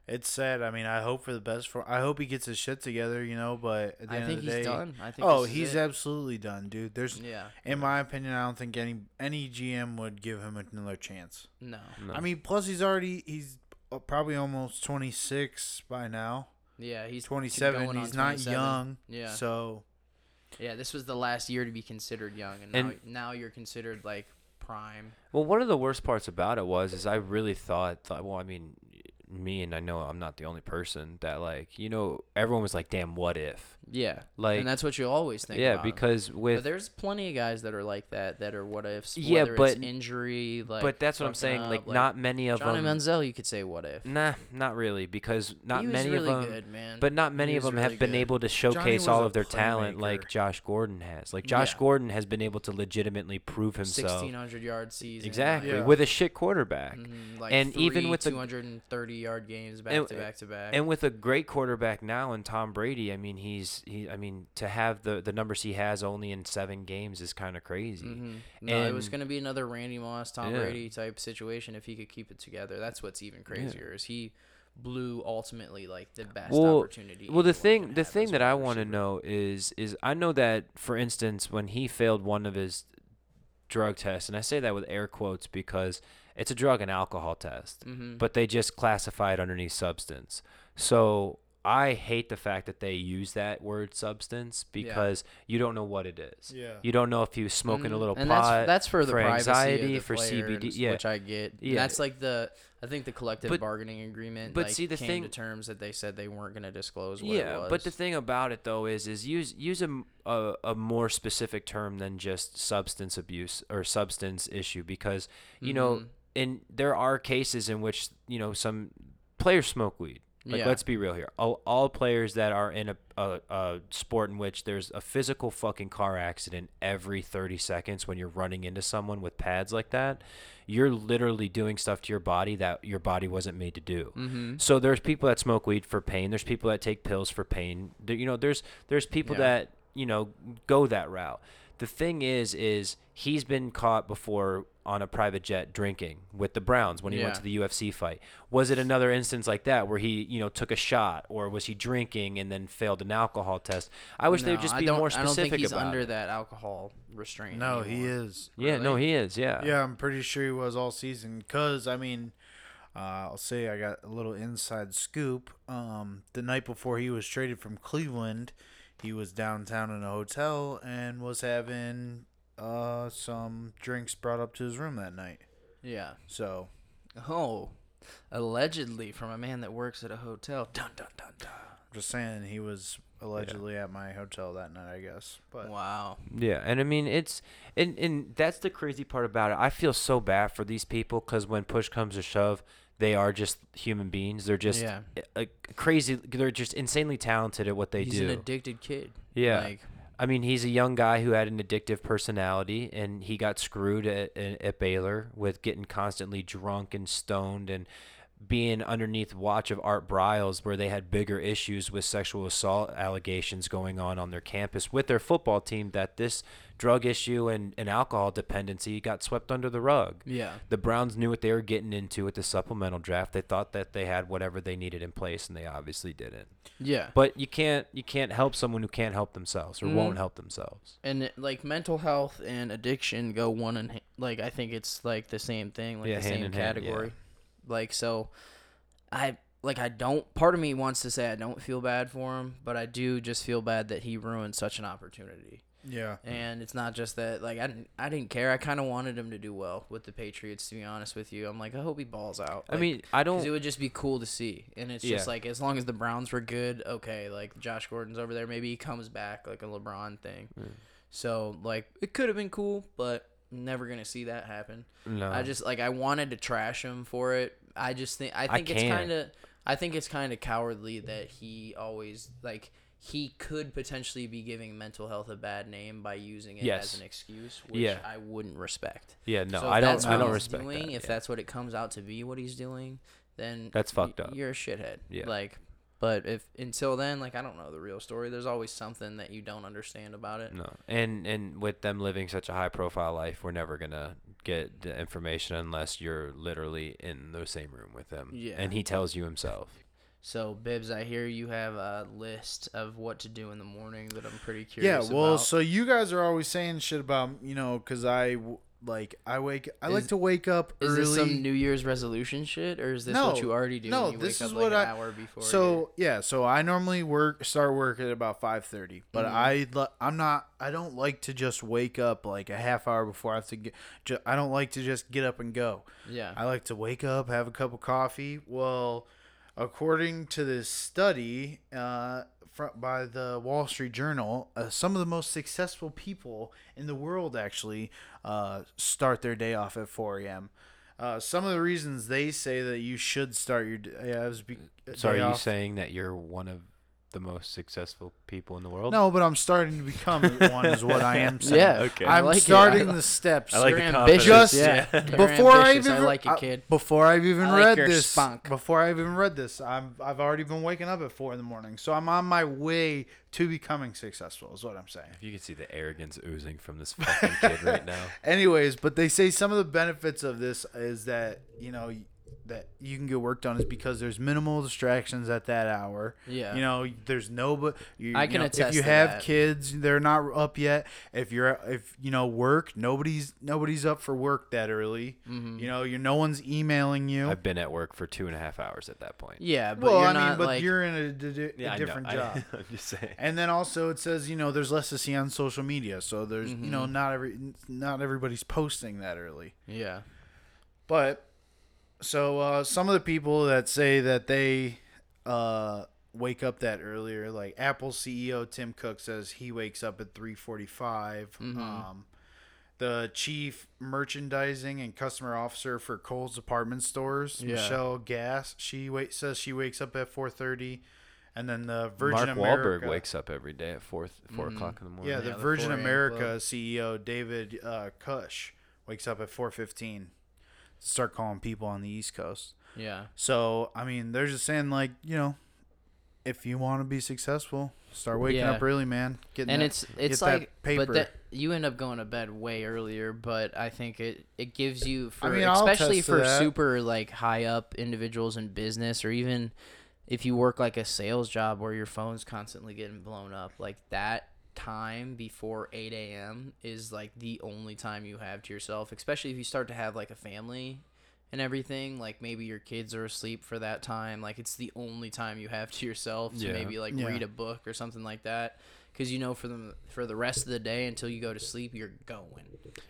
Speaker 3: it's sad. I mean, I hope for the best for. I hope he gets his shit together. You know, but at the
Speaker 2: I
Speaker 3: end
Speaker 2: think
Speaker 3: of the
Speaker 2: he's
Speaker 3: day,
Speaker 2: done. I think.
Speaker 3: oh,
Speaker 2: this is
Speaker 3: he's
Speaker 2: it.
Speaker 3: absolutely done, dude. There's,
Speaker 2: Yeah.
Speaker 3: in my opinion, I don't think any any GM would give him another chance.
Speaker 2: No.
Speaker 4: No.
Speaker 3: I mean, plus he's already he's uh, probably almost 26 by now.
Speaker 2: Yeah, he's
Speaker 3: 27.
Speaker 2: going on
Speaker 3: he's not
Speaker 2: 27.
Speaker 3: young.
Speaker 2: Yeah.
Speaker 3: So
Speaker 2: Yeah, this was the last year to be considered young, and,
Speaker 4: And-
Speaker 2: now, now you're considered like prime.
Speaker 4: Well, one of the worst parts about it was is I really thought, thought well, I mean, me and I know I'm not the only person that like, you know, everyone was like, "Damn, what if?"
Speaker 2: Yeah.
Speaker 4: Like-
Speaker 2: and that's what you always think.
Speaker 4: yeah,
Speaker 2: about him.
Speaker 4: because
Speaker 2: But
Speaker 4: with
Speaker 2: there's plenty of guys that are like that that are what ifs.
Speaker 4: Yeah,
Speaker 2: whether
Speaker 4: but-
Speaker 2: it's injury. Like,
Speaker 4: but that's what I'm
Speaker 2: fucking
Speaker 4: saying,
Speaker 2: up,
Speaker 4: like, not many of
Speaker 2: Johnny
Speaker 4: them
Speaker 2: Manziel. You could say what if.
Speaker 4: Nah, not really because not
Speaker 2: he was
Speaker 4: many
Speaker 2: really
Speaker 4: of them
Speaker 2: good, man.
Speaker 4: But not
Speaker 2: He
Speaker 4: many of
Speaker 2: was
Speaker 4: them have
Speaker 2: really
Speaker 4: been
Speaker 2: good.
Speaker 4: able to showcase
Speaker 3: was
Speaker 4: all
Speaker 3: a
Speaker 4: of their talent
Speaker 3: playmaker.
Speaker 4: like Josh Gordon has. Like Josh
Speaker 2: Yeah.
Speaker 4: Gordon has been able to legitimately prove himself.
Speaker 2: 1600 yard season.
Speaker 4: Exactly.
Speaker 2: Like,
Speaker 3: Yeah.
Speaker 4: With a shit quarterback.
Speaker 2: mhm, like
Speaker 4: and even
Speaker 2: three
Speaker 4: with the-
Speaker 2: 230 yard games back
Speaker 4: and-
Speaker 2: to back to back.
Speaker 4: And with a great quarterback now and Tom Brady, I mean he's he I mean to have the the numbers he has only in 7 games is kind of crazy.
Speaker 2: Mhm. No, it was
Speaker 4: and-
Speaker 2: going to be another Randy Moss, Tom
Speaker 4: Yeah.
Speaker 2: Brady type situation if he could keep it together. That's what's even crazier is he blew ultimately like the best opportunity.
Speaker 4: Well, the
Speaker 2: anyone
Speaker 4: thing
Speaker 2: can
Speaker 4: the
Speaker 2: have as
Speaker 4: thing that
Speaker 2: wide
Speaker 4: I want to
Speaker 2: receiver.
Speaker 4: know is is I know that for instance when he failed one of his drug tests, and I say that with air quotes because it's a drug and alcohol test,
Speaker 2: Mm-hmm.
Speaker 4: but they just classify it underneath substance. So I hate the fact that they use that word substance because you don't know what it is.
Speaker 3: Yeah.
Speaker 4: You don't know if he was smoking a
Speaker 2: Mhm.
Speaker 4: little
Speaker 2: and
Speaker 4: pot.
Speaker 2: that's, that's for the privacy of
Speaker 4: anxiety
Speaker 2: the
Speaker 4: for
Speaker 2: player
Speaker 4: CBD.
Speaker 2: and-
Speaker 4: yeah.
Speaker 2: which I get.
Speaker 4: Yeah.
Speaker 2: Yeah, that's like the I think the collective
Speaker 4: But-
Speaker 2: bargaining agreement.
Speaker 4: but
Speaker 2: like,
Speaker 4: see, the
Speaker 2: came to
Speaker 4: thing-
Speaker 2: terms that they said they weren't going to disclose. What
Speaker 4: yeah
Speaker 2: it was.
Speaker 4: but the thing about it though is is use use a, m- a, a more specific term than just substance abuse or substance issue because you know
Speaker 2: Mhm.
Speaker 4: and there are cases in which you know some players smoke weed like
Speaker 2: Yeah.
Speaker 4: let's be real here all, all players that are in a, a, a sport in which there's a physical fucking car accident every 30 seconds when you're running into someone with pads like that you're literally doing stuff to your body that your body wasn't made to do
Speaker 2: Mm-hmm.
Speaker 4: so there's people that smoke weed for pain. There's people that take pills for pain. There, you know, there's there's people
Speaker 2: Yeah.
Speaker 4: that you know go that route. The thing is, is he's been caught before on a private jet drinking with the Browns when he went
Speaker 2: Yeah.
Speaker 4: to the UFC fight. Was it another instance like that where he you know took a shot, or was he drinking and then failed an alcohol test? I wish they'd
Speaker 2: No,
Speaker 4: just
Speaker 2: I
Speaker 4: be
Speaker 2: don't-
Speaker 4: more
Speaker 2: I don't
Speaker 4: specific
Speaker 2: think he's
Speaker 4: about.
Speaker 2: under
Speaker 4: it.
Speaker 2: that alcohol restraint.
Speaker 3: no, he
Speaker 2: anymore.
Speaker 3: is.
Speaker 4: Yeah, no, he is. Yeah,
Speaker 3: Yeah, I'm pretty sure he was all season. Cause I mean, uh, I'll say I got a little inside scoop. Um, the night before he was traded from Cleveland, he was downtown in a hotel and was having uh some drinks brought up to his room that night.
Speaker 2: Yeah.
Speaker 3: So
Speaker 2: Oh, allegedly from a man that works at a hotel. Dun dun dun dun.
Speaker 3: just saying he was allegedly at my hotel that night. I guess, but
Speaker 2: Wow.
Speaker 4: Yeah, and I mean it's and and that's the crazy part about it. I feel so bad for these people because when push comes to shove, they are just human beings. They're just
Speaker 2: Yeah.
Speaker 4: uh, crazy. They're just insanely talented at what they
Speaker 2: He's
Speaker 4: do.
Speaker 2: an addicted kid.
Speaker 4: Yeah.
Speaker 2: Like,
Speaker 4: I mean, he's a young guy who had an addictive personality, and he got screwed at, at, at Baylor with getting constantly drunk and stoned and being underneath watch of Art Briles, where they had bigger issues with sexual assault allegations going on on their campus with their football team. That this drug issue and, and alcohol dependency got swept under the rug.
Speaker 2: yeah.
Speaker 4: The Browns knew what they were getting into with the supplemental draft. They thought that they had whatever they needed in place, and they obviously didn't.
Speaker 2: Yeah.
Speaker 4: But you can't you can't help someone who can't help themselves or
Speaker 2: Mhm.
Speaker 4: won't help themselves.
Speaker 2: and it- like mental health and addiction go one in ha- like I think it's like the same thing, like
Speaker 4: Yeah,
Speaker 2: the
Speaker 4: hand
Speaker 2: same
Speaker 4: in hand, yeah.
Speaker 2: category. Like so, I like I don't. Part of me wants to say I don't feel bad for him, but I do just feel bad that he ruined such an opportunity.
Speaker 3: Yeah.
Speaker 2: And it's not just that like I didn't I didn't care. I kind of wanted him to do well with the Patriots to be honest with you. I'm like I hope he balls out.
Speaker 4: I
Speaker 2: Like,
Speaker 4: mean, I
Speaker 2: 'cause
Speaker 4: don't.
Speaker 2: it would just be cool to see. And it's just
Speaker 4: Yeah.
Speaker 2: like as long as the Browns were good, okay, like Josh Gordon's over there, maybe he comes back like a LeBron thing. So like it could have been cool, but never going to see that happen.
Speaker 4: no.
Speaker 2: I just like I wanted to trash him for it. I just think I
Speaker 4: I
Speaker 2: think it's
Speaker 4: can't.
Speaker 2: kind of I think it's kind of cowardly that he always like he could potentially be giving mental health a bad name by using it
Speaker 4: Yes.
Speaker 2: as an excuse, which
Speaker 4: Yeah.
Speaker 2: I wouldn't respect.
Speaker 4: Yeah, no,
Speaker 2: So if
Speaker 4: I don't.
Speaker 2: that's
Speaker 4: I
Speaker 2: what
Speaker 4: don't
Speaker 2: he's
Speaker 4: respect
Speaker 2: doing,
Speaker 4: that.
Speaker 2: If
Speaker 4: yeah.
Speaker 2: that's what it comes out to be, what he's doing, then
Speaker 4: That's
Speaker 2: y-
Speaker 4: fucked up.
Speaker 2: You're a shithead.
Speaker 4: Yeah.
Speaker 2: Like, but if until then, like I don't know the real story. There's always something that you don't understand about it.
Speaker 4: no, and and with them living such a high profile life, we're never gonna get the information unless you're literally in the same room with him.
Speaker 2: Yeah.
Speaker 4: and he tells you himself.
Speaker 2: So Bibbs, I hear you have a list of what to do in the morning that I'm pretty
Speaker 3: Yeah.
Speaker 2: curious.
Speaker 3: Well,
Speaker 2: about.
Speaker 3: so you guys are always saying shit about you know because I w- like I wake I like
Speaker 2: Is-
Speaker 3: to wake up
Speaker 2: Is
Speaker 3: early.
Speaker 2: this some New Year's resolution shit, or is this what
Speaker 3: No,
Speaker 2: you already do?
Speaker 3: no,
Speaker 2: when you
Speaker 3: this
Speaker 2: wake
Speaker 3: is
Speaker 2: up
Speaker 3: what
Speaker 2: like
Speaker 3: I-
Speaker 2: an hour before.
Speaker 3: so yeah, so I normally work start work at about five thirty, but
Speaker 2: Mm-hmm.
Speaker 3: I lo- I'm not I don't like to just wake up like a half hour before I have to get. Ju- I don't like to just get up and go.
Speaker 2: your- yeah,
Speaker 3: I like to wake up, have a cup of coffee. Well, according to this study uh, fro- by the Wall Street Journal, uh, some of the most successful people in the world actually uh, start their day off at 4 a.m. Uh, some of the reasons they say that you should start your d- yeah, it was be- uh,
Speaker 4: So are
Speaker 3: day
Speaker 4: you
Speaker 3: off-
Speaker 4: saying that you're one of the most successful people in the world?
Speaker 3: No, but I'm starting to become one. Is what I
Speaker 4: [laughs]
Speaker 3: am saying.
Speaker 2: yeah.
Speaker 4: okay. I
Speaker 3: I'm
Speaker 2: like it.
Speaker 3: starting
Speaker 2: I li-
Speaker 3: the steps.
Speaker 4: I like
Speaker 2: You're
Speaker 4: the
Speaker 2: ambitious.
Speaker 4: confidence.
Speaker 3: Just
Speaker 4: [laughs]
Speaker 2: yeah. You're
Speaker 3: before I
Speaker 2: ambitious,
Speaker 3: even
Speaker 2: I like you,
Speaker 3: I-
Speaker 2: kid.
Speaker 3: before I've even
Speaker 2: I like
Speaker 3: read
Speaker 2: your
Speaker 3: this,
Speaker 2: spunk.
Speaker 3: before I've even read this, I'm I've already been waking up at four in the morning, so I'm on my way to becoming successful. Is what I'm saying.
Speaker 4: If you can see the arrogance oozing from this fucking kid
Speaker 2: [laughs]
Speaker 4: right now.
Speaker 3: Anyways, but they say some of the benefits of this is that you know that you can get work done is because there's minimal distractions at that hour.
Speaker 2: Yeah.
Speaker 3: You know, there's no but you,
Speaker 2: I
Speaker 3: you
Speaker 2: can
Speaker 3: know,
Speaker 2: attest
Speaker 3: if you
Speaker 2: to
Speaker 3: have
Speaker 2: that.
Speaker 3: kids, they're not up yet. If you're if you know work, nobody's nobody's up for work that early.
Speaker 2: Mm-hmm.
Speaker 3: You know, you no one's emailing you.
Speaker 4: I've been at work for two and a half hours at that point.
Speaker 2: yeah, but
Speaker 3: well,
Speaker 2: you're
Speaker 3: I mean,
Speaker 2: not
Speaker 3: but
Speaker 2: like
Speaker 3: you're in a, d- d- a
Speaker 4: I know.
Speaker 3: different
Speaker 2: [laughs]
Speaker 4: I- [laughs]
Speaker 3: job.
Speaker 4: I'm just saying.
Speaker 3: And then also it says you know there's less to see on social media, so there's you
Speaker 2: Mm-hmm.
Speaker 3: know not every not everybody's posting that early.
Speaker 2: yeah.
Speaker 3: But so uh, some of the people that say that they uh, wake up that earlier, like Apple CEO Tim Cook says he wakes up at 3:45.
Speaker 4: Mm-hmm.
Speaker 3: Um, the chief merchandising and customer officer for Kohl's department stores,
Speaker 2: Yeah.
Speaker 3: Michelle Gass, she wait says she wakes up at 4:30, and then the
Speaker 4: Mark
Speaker 3: Virgin America
Speaker 4: Wahlberg wakes up every day at four th- 4 o'clock in the morning.
Speaker 3: Yeah, the
Speaker 2: the
Speaker 3: Virgin
Speaker 2: 4 a.m.
Speaker 3: America
Speaker 2: club.
Speaker 3: CEO David uh, Cush wakes up at 4:15 to start calling people on the East Coast.
Speaker 2: Yeah.
Speaker 3: So I mean, they're just saying like you know, if you want to be successful, start waking
Speaker 2: Yeah.
Speaker 3: up early, man. Getting
Speaker 2: and
Speaker 3: that-
Speaker 2: it's it's
Speaker 3: get that
Speaker 2: like
Speaker 3: paper.
Speaker 2: but that you end up going to bed way earlier but i think it it gives you for
Speaker 3: mean, I'll
Speaker 2: especially
Speaker 3: attest to
Speaker 2: for
Speaker 3: that.
Speaker 2: super like high up individuals in business or even if you work like a sales job where your phone's constantly getting blown up like that time before 8 a.m is like the only time you have to yourself especially if you start to have like a family and everything like maybe your kids are asleep for that time like it's the only time you have to yourself to
Speaker 4: Yeah.
Speaker 2: maybe like
Speaker 3: Yeah.
Speaker 2: read a book or something like that because you know for the for the rest of the day until you go to sleep you're going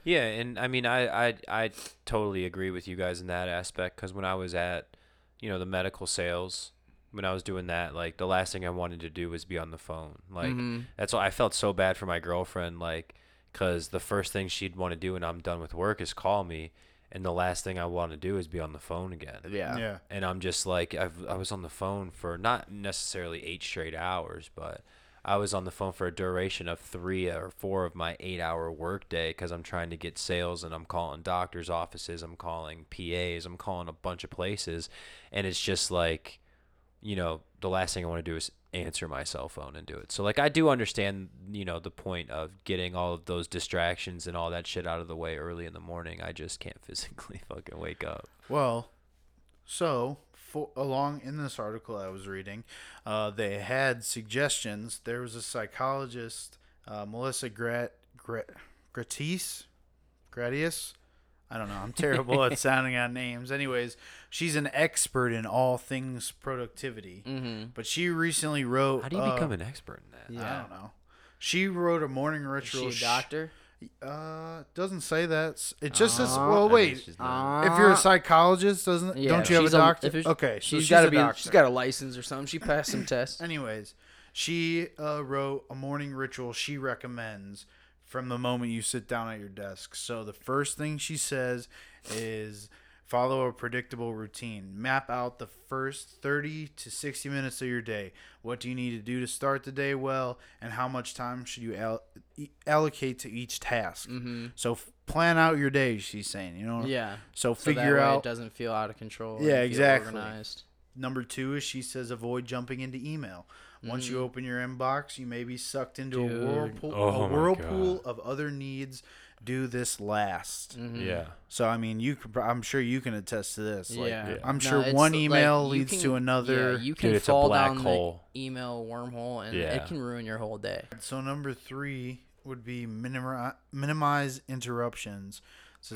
Speaker 4: Yeah, and I mean, I I, I totally agree with you guys in that aspect because when I was at, you know, the medical sales, when I was doing that, like the last thing I wanted to do was be on the phone. Like
Speaker 3: Mm-hmm.
Speaker 4: that's why I felt so bad for my girlfriend, like because the first thing she'd want to do when I'm done with work is call me, and the last thing I want to do is be on the phone again.
Speaker 3: yeah.
Speaker 4: And I'm just like I've, I was on the phone for not necessarily eight straight hours, but I was on the phone for a duration of three or four of my eight hour workday because I'm trying to get sales and I'm calling doctors' offices, I'm calling PAs, I'm calling a bunch of places, and it's just like, you know, the last thing I want to do is answer my cell phone and do it. So like I do understand, you know, the point of getting all of those distractions and all that shit out of the way early in the morning. I just can't [laughs] physically fucking wake up.
Speaker 3: Well, so for, along in this article I was reading, uh, they had suggestions. There was a psychologist, uh, Melissa Grat, Grat, Gratis, Gratius. I don't know. I'm terrible
Speaker 4: [laughs]
Speaker 3: at sounding out names. Anyways, she's an expert in all things productivity. But she recently wrote.
Speaker 4: Mm-hmm. How do you
Speaker 3: uh,
Speaker 4: become an expert in that?
Speaker 3: I don't know. She wrote a morning
Speaker 2: Is she
Speaker 3: ritual.
Speaker 2: a
Speaker 3: sh-
Speaker 2: doctor?
Speaker 3: Uh, doesn't say that. S- It just says.
Speaker 2: Uh,
Speaker 3: Well,
Speaker 4: Oh, I mean,
Speaker 3: wait.
Speaker 4: she's not.
Speaker 3: if you're a psychologist, doesn't
Speaker 2: Yeah,
Speaker 3: don't you have a
Speaker 2: she's
Speaker 3: doctor?
Speaker 2: if it's-
Speaker 3: okay, so
Speaker 2: she's got to
Speaker 3: a
Speaker 2: be.
Speaker 3: Doctor.
Speaker 2: She's got a license or something. She passed
Speaker 3: [laughs]
Speaker 2: some tests.
Speaker 3: Anyways, she uh, wrote a morning ritual she recommends from the moment you sit down at your desk. So the first thing she says is follow a predictable routine. Map out the first 30 to 60 minutes of your day. What do you need to do to start the day well and how much time should you al- e- allocate to each task?
Speaker 2: Mm-hmm.
Speaker 3: So f- plan out your day, she's saying, you know.
Speaker 2: Yeah.
Speaker 3: So
Speaker 2: So that
Speaker 3: Uh-huh. figure
Speaker 2: way
Speaker 3: out
Speaker 2: It doesn't feel out of control.
Speaker 3: Yeah,
Speaker 2: and feel
Speaker 3: exactly.
Speaker 2: Organized.
Speaker 3: Number two is she says avoid jumping into email. Once you open your inbox, you may be sucked into
Speaker 2: Mm. Dude.
Speaker 3: a whirlpool,
Speaker 4: Oh
Speaker 3: a
Speaker 4: my
Speaker 3: whirlpool of other needs. Do this last.
Speaker 2: Mm. Mm-hmm.
Speaker 4: Yeah.
Speaker 3: So I mean, you. Could, pro- I'm sure you can attest to this. Like,
Speaker 2: Yeah.
Speaker 3: I'm
Speaker 2: No,
Speaker 3: sure
Speaker 2: it's
Speaker 3: one
Speaker 2: like
Speaker 3: email
Speaker 2: you
Speaker 3: leads
Speaker 2: can-
Speaker 3: to another.
Speaker 2: Yeah, you can
Speaker 4: Dude, it's a
Speaker 2: fall
Speaker 4: black
Speaker 2: down
Speaker 4: hole.
Speaker 2: the email wormhole, and
Speaker 4: Yeah.
Speaker 2: it can ruin your whole day.
Speaker 3: So number three would be minimi- minimize interruptions. So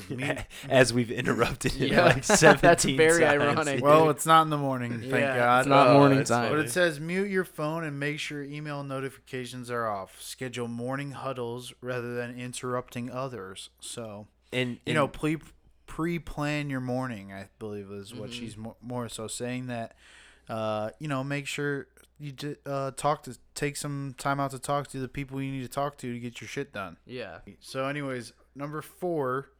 Speaker 2: [laughs]
Speaker 3: it's me-
Speaker 4: [laughs] As we've interrupted it
Speaker 2: Yeah.
Speaker 4: like
Speaker 2: [laughs] That's
Speaker 4: 17
Speaker 2: very
Speaker 4: times.
Speaker 2: ironic.
Speaker 3: well, it's not in the morning. Thank
Speaker 2: Yeah,
Speaker 3: God.
Speaker 2: it's not
Speaker 4: Oh,
Speaker 2: morning
Speaker 4: that's
Speaker 2: time.
Speaker 3: But
Speaker 4: funny.
Speaker 3: it says mute your phone and make sure email notifications are off. Schedule morning huddles rather than interrupting others. So
Speaker 4: And,
Speaker 3: you know, pre pre plan your morning. I believe is what she's more, more so saying that. Uh, you know, make sure you ju- uh, talk to take some time out to talk to the people you need to talk to to get your shit done.
Speaker 2: Yeah.
Speaker 3: So, anyways, number four,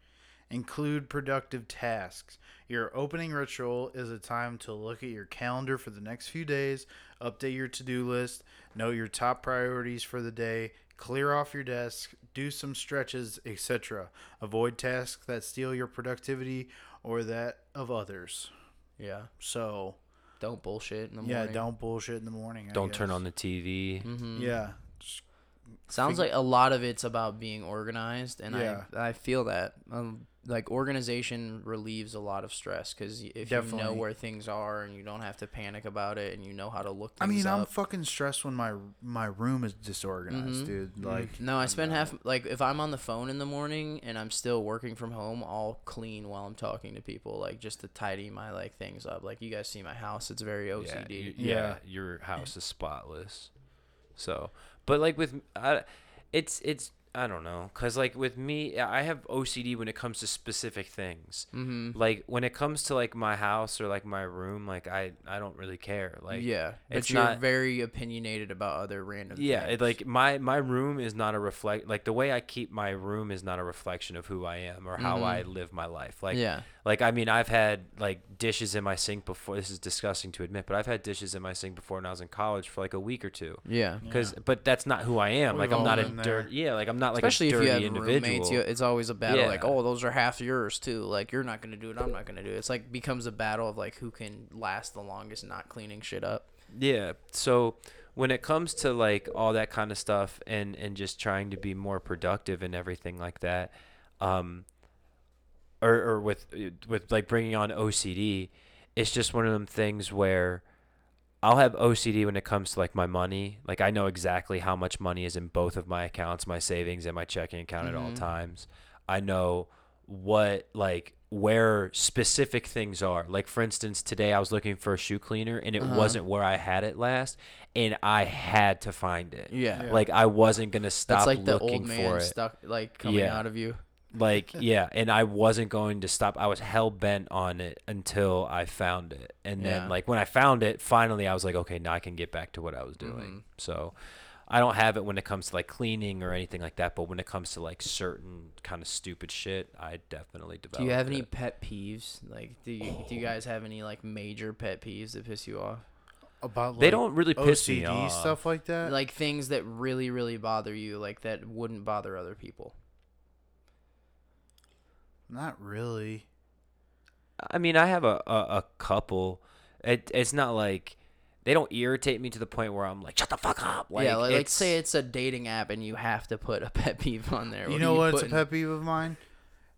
Speaker 3: include productive tasks. Your opening ritual is a time to look at your calendar for the next few days, update your to do list, know your top priorities for the day, clear off your desk, do some stretches, etc. Avoid tasks that steal your productivity or that of others.
Speaker 2: Yeah.
Speaker 3: So,
Speaker 2: Don't bullshit in the
Speaker 3: yeah,
Speaker 2: morning.
Speaker 3: don't bullshit in the morning. I
Speaker 4: don't turn
Speaker 3: guess.
Speaker 4: on the TV.
Speaker 2: Mm-hmm.
Speaker 3: Yeah.
Speaker 2: Sounds like a lot of it's about being organized, and
Speaker 3: Yeah.
Speaker 2: I I feel that um, like organization relieves a lot of stress because if you know
Speaker 3: Definitely.
Speaker 2: where things are and you don't have to panic about it, and you know how to look.
Speaker 3: I
Speaker 2: Things
Speaker 3: mean, I'm
Speaker 2: up.
Speaker 3: fucking stressed when my my room is
Speaker 4: Mm-hmm.
Speaker 3: disorganized, dude. Like,
Speaker 2: No, I spend half like if I'm on the phone in the morning and I'm still working from home, I'll clean while I'm talking to people, like just to tidy my like things up. Like you guys see my house, it's very
Speaker 4: Yeah,
Speaker 2: OCD.
Speaker 4: you-
Speaker 3: Yeah.
Speaker 4: yeah, your house is spotless. So, but like with I, it's it's I don't know, cause like with me, I have OCD when it comes to specific things. Mm-hmm. Like when it comes to like my house or like my room, like I I don't really care. Like
Speaker 2: yeah, but
Speaker 4: it's
Speaker 2: you're
Speaker 4: not.
Speaker 2: very opinionated about other random.
Speaker 4: yeah,
Speaker 2: things.
Speaker 4: it, like my my room is not a reflect. Like the way I keep my room is not a reflection of who I am or how I live my life. Like
Speaker 2: Mm-hmm. Yeah.
Speaker 4: like I mean, I've had like dishes in my sink before. This is disgusting to admit, but I've had dishes in my sink before when I was in college for like a week or two.
Speaker 2: yeah.
Speaker 4: Cause, but that's not who I am.
Speaker 3: We've
Speaker 4: like I'm
Speaker 3: all
Speaker 4: not a
Speaker 3: been there.
Speaker 4: dirty. Yeah, like I'm not like
Speaker 2: Especially
Speaker 4: a
Speaker 2: if
Speaker 4: dirty
Speaker 2: you have
Speaker 4: individual.
Speaker 2: roommates, you, it's always a battle. Like,
Speaker 4: Yeah.
Speaker 2: oh, those are half yours too. Like, you're not gonna do it. I'm not gonna do it. It's like becomes a battle of like who can last the longest not cleaning shit up.
Speaker 4: Yeah. So when it comes to like all that kind of stuff and and just trying to be more productive and everything like that, um, or or with with like bringing on OCD, it's just one of them things where. I'll have OCD when it comes to like my money. Like I know exactly how much money is in both of my accounts, my savings and my checking account at
Speaker 2: Mm-hmm.
Speaker 4: all times. I know what like where specific things are. Like for instance, today I was looking for a shoe cleaner and
Speaker 2: Uh-huh.
Speaker 4: it wasn't where I had it last and I had to find it.
Speaker 2: Yeah. Yeah.
Speaker 4: Like I wasn't going to stop
Speaker 2: That's like the
Speaker 4: looking
Speaker 2: old
Speaker 4: for
Speaker 2: man
Speaker 4: it.
Speaker 2: stuck like coming
Speaker 4: Yeah.
Speaker 2: out of you. [laughs]
Speaker 4: Like, yeah, and I wasn't going to stop. I was hell bent on it until I found it. And then,
Speaker 2: Yeah.
Speaker 4: like, when I found it, finally I was like, okay, now I can get back to what I was doing.
Speaker 2: Mm-hmm.
Speaker 4: So I don't have it when it comes to like cleaning or anything like that. But when it comes to like certain kind of stupid shit, I definitely develop.
Speaker 2: Do you have any
Speaker 4: it.
Speaker 2: pet peeves? Like, do you do you guys have any like major pet peeves that piss you off?
Speaker 3: about
Speaker 4: They
Speaker 3: like,
Speaker 4: don't really piss me off.
Speaker 3: stuff like that.
Speaker 2: Like things that really really bother you, like that wouldn't bother other people.
Speaker 3: Not really.
Speaker 4: I mean, I have a, a, a couple. It, it's not like they don't irritate me to the point where I'm like, shut the fuck up. Like,
Speaker 2: yeah, like, like
Speaker 4: it's-
Speaker 2: say it's a dating app and you have to put a [laughs] pet peeve on there.
Speaker 3: You
Speaker 2: are
Speaker 3: know what's
Speaker 2: putting?
Speaker 3: a pet peeve of mine?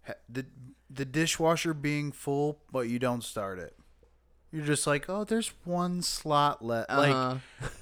Speaker 3: Ha- The the dishwasher being full, but you don't start it. You're just like, oh, there's one slot left. Like
Speaker 2: Uh-huh. [laughs]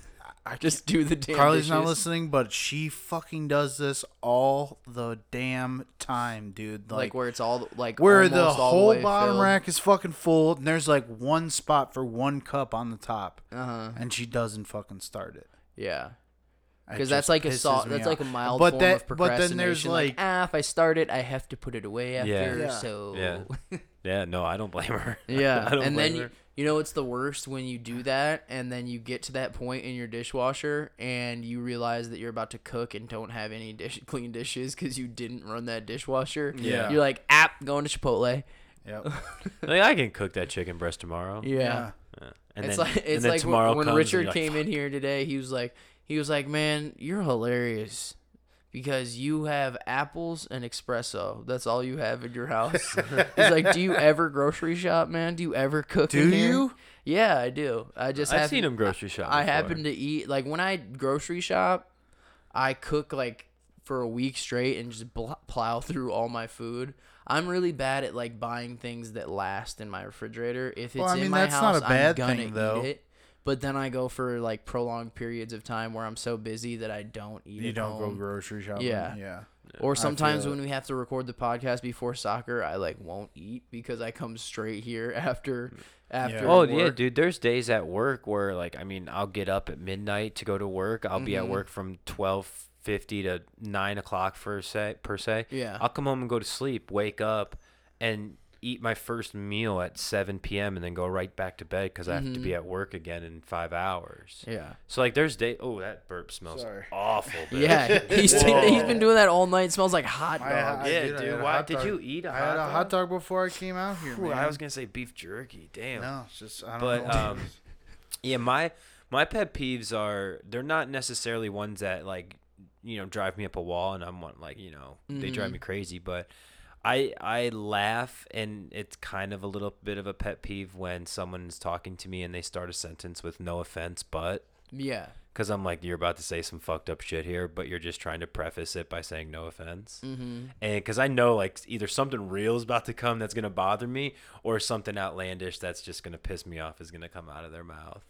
Speaker 2: just do the damn
Speaker 3: Carly's not
Speaker 2: dishes.
Speaker 3: listening, but she fucking does this all the damn time, dude.
Speaker 2: like,
Speaker 3: Like,
Speaker 2: where it's all like
Speaker 3: where the
Speaker 2: almost all
Speaker 3: whole
Speaker 2: way
Speaker 3: bottom
Speaker 2: filled.
Speaker 3: rack is fucking full, and there's like one spot for one cup on the top,
Speaker 2: Uh huh.
Speaker 3: and she doesn't fucking start it.
Speaker 2: Yeah.
Speaker 3: It
Speaker 2: because
Speaker 3: just
Speaker 2: that's like a
Speaker 3: pisses
Speaker 2: sol-
Speaker 3: me
Speaker 2: that's
Speaker 3: off.
Speaker 2: like a mild
Speaker 3: But
Speaker 2: form
Speaker 3: that-
Speaker 2: of
Speaker 3: but
Speaker 2: procrastination.
Speaker 3: then there's,
Speaker 2: like,
Speaker 3: like-
Speaker 2: [laughs] ah, if I start it, I have to put it away after.
Speaker 3: Yeah.
Speaker 2: So
Speaker 4: Yeah.
Speaker 2: [laughs]
Speaker 4: Yeah, no, I don't blame her. [laughs]
Speaker 2: Yeah,
Speaker 4: I don't
Speaker 2: and
Speaker 4: blame
Speaker 2: then you,
Speaker 4: her.
Speaker 2: you know it's the worst when you do that, and then you get to that point in your dishwasher, and you realize that you're about to cook and don't have any dish [laughs] clean dishes because you didn't run that dishwasher.
Speaker 3: Yeah.
Speaker 2: you're like, app, going to Chipotle.
Speaker 3: Yep. [laughs]
Speaker 4: like, I can cook that chicken breast tomorrow.
Speaker 2: Yeah,
Speaker 4: Uh, and
Speaker 2: it's
Speaker 4: then,
Speaker 2: like
Speaker 4: and
Speaker 2: it's
Speaker 4: then
Speaker 2: like
Speaker 4: tomorrow
Speaker 2: when, when
Speaker 4: comes and
Speaker 2: Richard
Speaker 4: you're like,
Speaker 2: came in here today, he was like, he was like, man, you're hilarious. Because you have apples and espresso. That's all you have in your
Speaker 4: [laughs]
Speaker 2: house. He's like, Do you ever grocery shop, man? Do you ever cook? in
Speaker 3: Do
Speaker 2: here?"
Speaker 3: you?
Speaker 2: Yeah, I do. I just
Speaker 4: I've
Speaker 2: happen-
Speaker 4: seen him grocery shop.
Speaker 2: I
Speaker 4: before.
Speaker 2: happen to eat like when I grocery shop, I cook like for a week straight and just bl- plow through all my food. I'm really bad at like buying things that last in my refrigerator. If it's
Speaker 3: Well, I
Speaker 2: in
Speaker 3: mean,
Speaker 2: my
Speaker 3: that's not
Speaker 2: house,
Speaker 3: a bad
Speaker 2: I'm gonna
Speaker 3: thing, though.
Speaker 2: eat it. But then I go for like prolonged periods of time where I'm so busy that I don't eat.
Speaker 3: You
Speaker 2: at
Speaker 3: don't go
Speaker 2: home.
Speaker 3: grocery shopping.
Speaker 2: Yeah.
Speaker 3: Yeah.
Speaker 2: Or sometimes
Speaker 3: feel
Speaker 2: when we have to record the podcast before soccer, I like won't eat because I come straight here [laughs] after after.
Speaker 4: Oh yeah,
Speaker 2: work.
Speaker 4: dude. There's days at work where like I mean I'll get up at midnight to go to work. I'll be at work from twelve fifty to nine o'clock per se. Per se.
Speaker 2: Yeah.
Speaker 4: I'll come home and go to sleep. Wake up and eat my first meal at seven p.m. and then go right back to bed because I have to be at work again in five hours.
Speaker 2: Yeah.
Speaker 4: So like there's day. Oh, that burp smells
Speaker 3: Sorry.
Speaker 4: [laughs] awful. Dude.
Speaker 2: Yeah, he's,
Speaker 4: [laughs]
Speaker 2: he's been doing that all night. It smells like hot
Speaker 3: I-
Speaker 2: dog.
Speaker 3: I
Speaker 4: Yeah,
Speaker 3: I
Speaker 4: dude,
Speaker 3: had a
Speaker 4: why-
Speaker 3: hot
Speaker 4: did
Speaker 3: dog-
Speaker 4: you eat a
Speaker 3: I had
Speaker 4: hot
Speaker 3: a
Speaker 4: dog?
Speaker 3: hot dog before I came out here.
Speaker 4: Ooh,
Speaker 3: man.
Speaker 4: I was gonna say beef jerky. Damn.
Speaker 3: No, it's just I don't
Speaker 4: But,
Speaker 3: know.
Speaker 4: um, Yeah, my my pet peeves are they're not necessarily ones that like you know drive me up a wall and I'm one- like you know they drive me crazy, but I I laugh and it's kind of a little bit of a pet peeve when someone's talking to me and they start a sentence with no offense but
Speaker 2: Yeah,
Speaker 4: because I'm like you're about to say some fucked up shit here, but you're just trying to preface it by saying no offense, mm-hmm. and because I know like either something real is about to come that's gonna bother me or something outlandish that's just gonna piss me off is gonna come out of their mouth.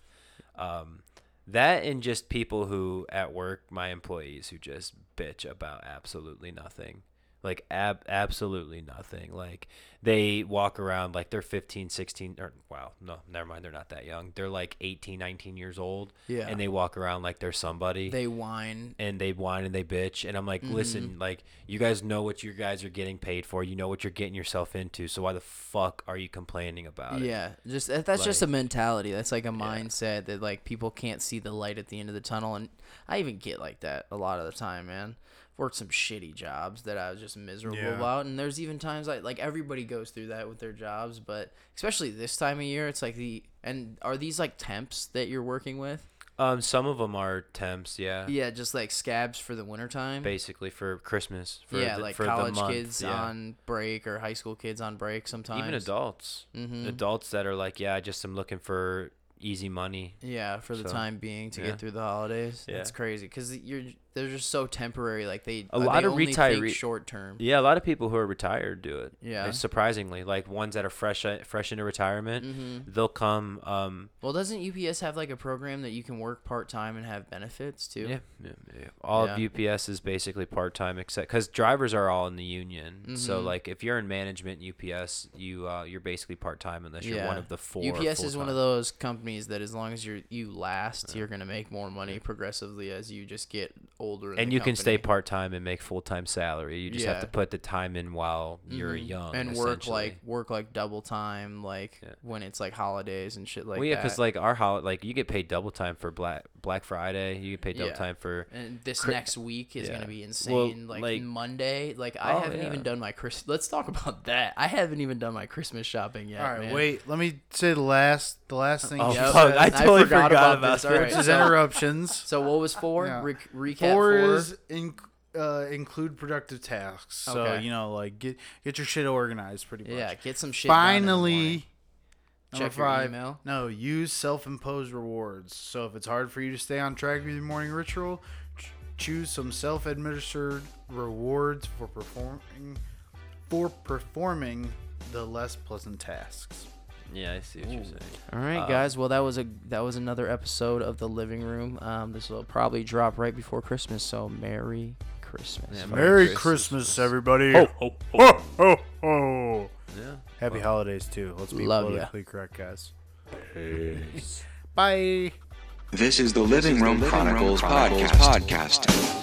Speaker 4: Um, that and just people who at work, my employees who just bitch about absolutely nothing. Like ab- absolutely nothing. Like they walk around like they're 15, 16 or wow, no, never mind, they're not that young. They're like 18, 19 years old
Speaker 2: Yeah.
Speaker 4: and they walk around like they're somebody
Speaker 2: they Mm-hmm. whine.
Speaker 4: and they whine and they bitch and i'm like listen like you guys know what you guys are getting paid for you know what you're getting yourself into so why the fuck are you complaining about it
Speaker 2: Yeah, just that- that's just a mentality. That's like a mindset that like people can't see the light at the end of the tunnel. And I even get like that a lot of the time, man. I've worked some shitty jobs that I was just miserable
Speaker 3: Yeah.
Speaker 2: about, and there's even times like like everybody goes through that with their jobs, but especially this time of year, it's like the and are these like temps that you're working with?
Speaker 4: um some of them are temps yeah,
Speaker 2: Yeah, just like scabs for the wintertime.
Speaker 4: basically for christmas for
Speaker 2: yeah,
Speaker 4: the,
Speaker 2: like
Speaker 4: for
Speaker 2: college
Speaker 4: the month,
Speaker 2: kids
Speaker 4: yeah.
Speaker 2: on break or high school kids on break sometimes.
Speaker 4: even adults
Speaker 2: Mm-hmm.
Speaker 4: adults that are like yeah i just am looking for easy money
Speaker 2: Yeah, for the
Speaker 4: So,
Speaker 2: time being to
Speaker 4: yeah.
Speaker 2: get through the holidays.
Speaker 4: Yeah.
Speaker 2: It's crazy because you're they're just so temporary. Like they
Speaker 4: A
Speaker 2: uh,
Speaker 4: lot
Speaker 2: they
Speaker 4: of
Speaker 2: only think
Speaker 4: retiree-
Speaker 2: short term.
Speaker 4: Yeah, a lot of people who are retired do it.
Speaker 2: Yeah.
Speaker 4: It's surprisingly, like ones that are fresh uh, fresh into retirement,
Speaker 2: Mm-hmm.
Speaker 4: they'll come. Um,
Speaker 2: Well, doesn't UPS have like a program that you can work part time and have benefits too?
Speaker 4: yeah, yeah, yeah. all
Speaker 2: Yeah.
Speaker 4: of UPS is basically part time, except because drivers are all in the union.
Speaker 2: Mm-hmm.
Speaker 4: So like, if you're in management UPS, you uh, you're basically part time unless you're one
Speaker 2: Yeah.
Speaker 4: of the four.
Speaker 2: UPS is one of
Speaker 4: full-time.
Speaker 2: those companies that as long as you're you last, you're gonna make more money progressively as you just get older. in
Speaker 4: And
Speaker 2: the
Speaker 4: you can stay
Speaker 2: company.
Speaker 4: part time and make full time salary. You just have to
Speaker 2: Yeah. Mm-hmm.
Speaker 4: put the time in while you're young
Speaker 2: and work
Speaker 4: essentially.
Speaker 2: like work like double time, like when it's like holidays and shit like
Speaker 4: well, yeah,
Speaker 2: that.
Speaker 4: because like our holiday, like you get paid double time for Black Black Friday. You get paid double
Speaker 2: Yeah.
Speaker 4: time for
Speaker 2: and this
Speaker 4: Cri-
Speaker 2: next week is
Speaker 4: yeah.
Speaker 2: gonna be insane.
Speaker 4: Well,
Speaker 2: like,
Speaker 4: like-
Speaker 2: Monday, like I
Speaker 4: Oh,
Speaker 2: haven't even
Speaker 4: yeah.
Speaker 2: done my Chris. Let's talk about that. I haven't even done my Christmas shopping yet.
Speaker 3: all right,
Speaker 2: man.
Speaker 3: wait. Let me say the last the last thing.
Speaker 4: Oh,
Speaker 3: she
Speaker 2: Yep.
Speaker 4: fuck, I
Speaker 3: said,
Speaker 4: totally forgot about
Speaker 2: this.
Speaker 4: that.
Speaker 2: All
Speaker 3: which
Speaker 2: right,
Speaker 3: is
Speaker 2: so, [laughs]
Speaker 3: [laughs] interruptions.
Speaker 2: so what was four?
Speaker 3: Yeah.
Speaker 2: Re- recap
Speaker 3: Four
Speaker 2: four.
Speaker 3: is in, uh, include productive tasks. So
Speaker 2: Okay.
Speaker 3: you know, like get get your shit organized, pretty much.
Speaker 2: yeah, get some shit. done in the morning.
Speaker 3: Finally. number
Speaker 2: Check your
Speaker 3: five,
Speaker 2: email.
Speaker 3: No, use self-imposed rewards. So if it's hard for you to stay on track with your morning ritual, ch- choose some self-administered rewards for performing for performing the less pleasant tasks.
Speaker 4: yeah. I see what you're saying.
Speaker 2: All right, guys. Well, that was a that was another episode of the living room. Um, this will probably drop right before Christmas. So merry Christmas.
Speaker 4: Yeah,
Speaker 3: Merry
Speaker 4: Merry
Speaker 3: Christmas,
Speaker 4: Christmas.
Speaker 3: everybody.
Speaker 4: Oh, oh,
Speaker 3: ho, ho, ho.
Speaker 4: yeah.
Speaker 3: Happy holidays too. Let's be
Speaker 2: Love ya.
Speaker 3: [laughs] politically correct, guys. Bye.
Speaker 1: This is the Living Room Chronicles podcast. podcast.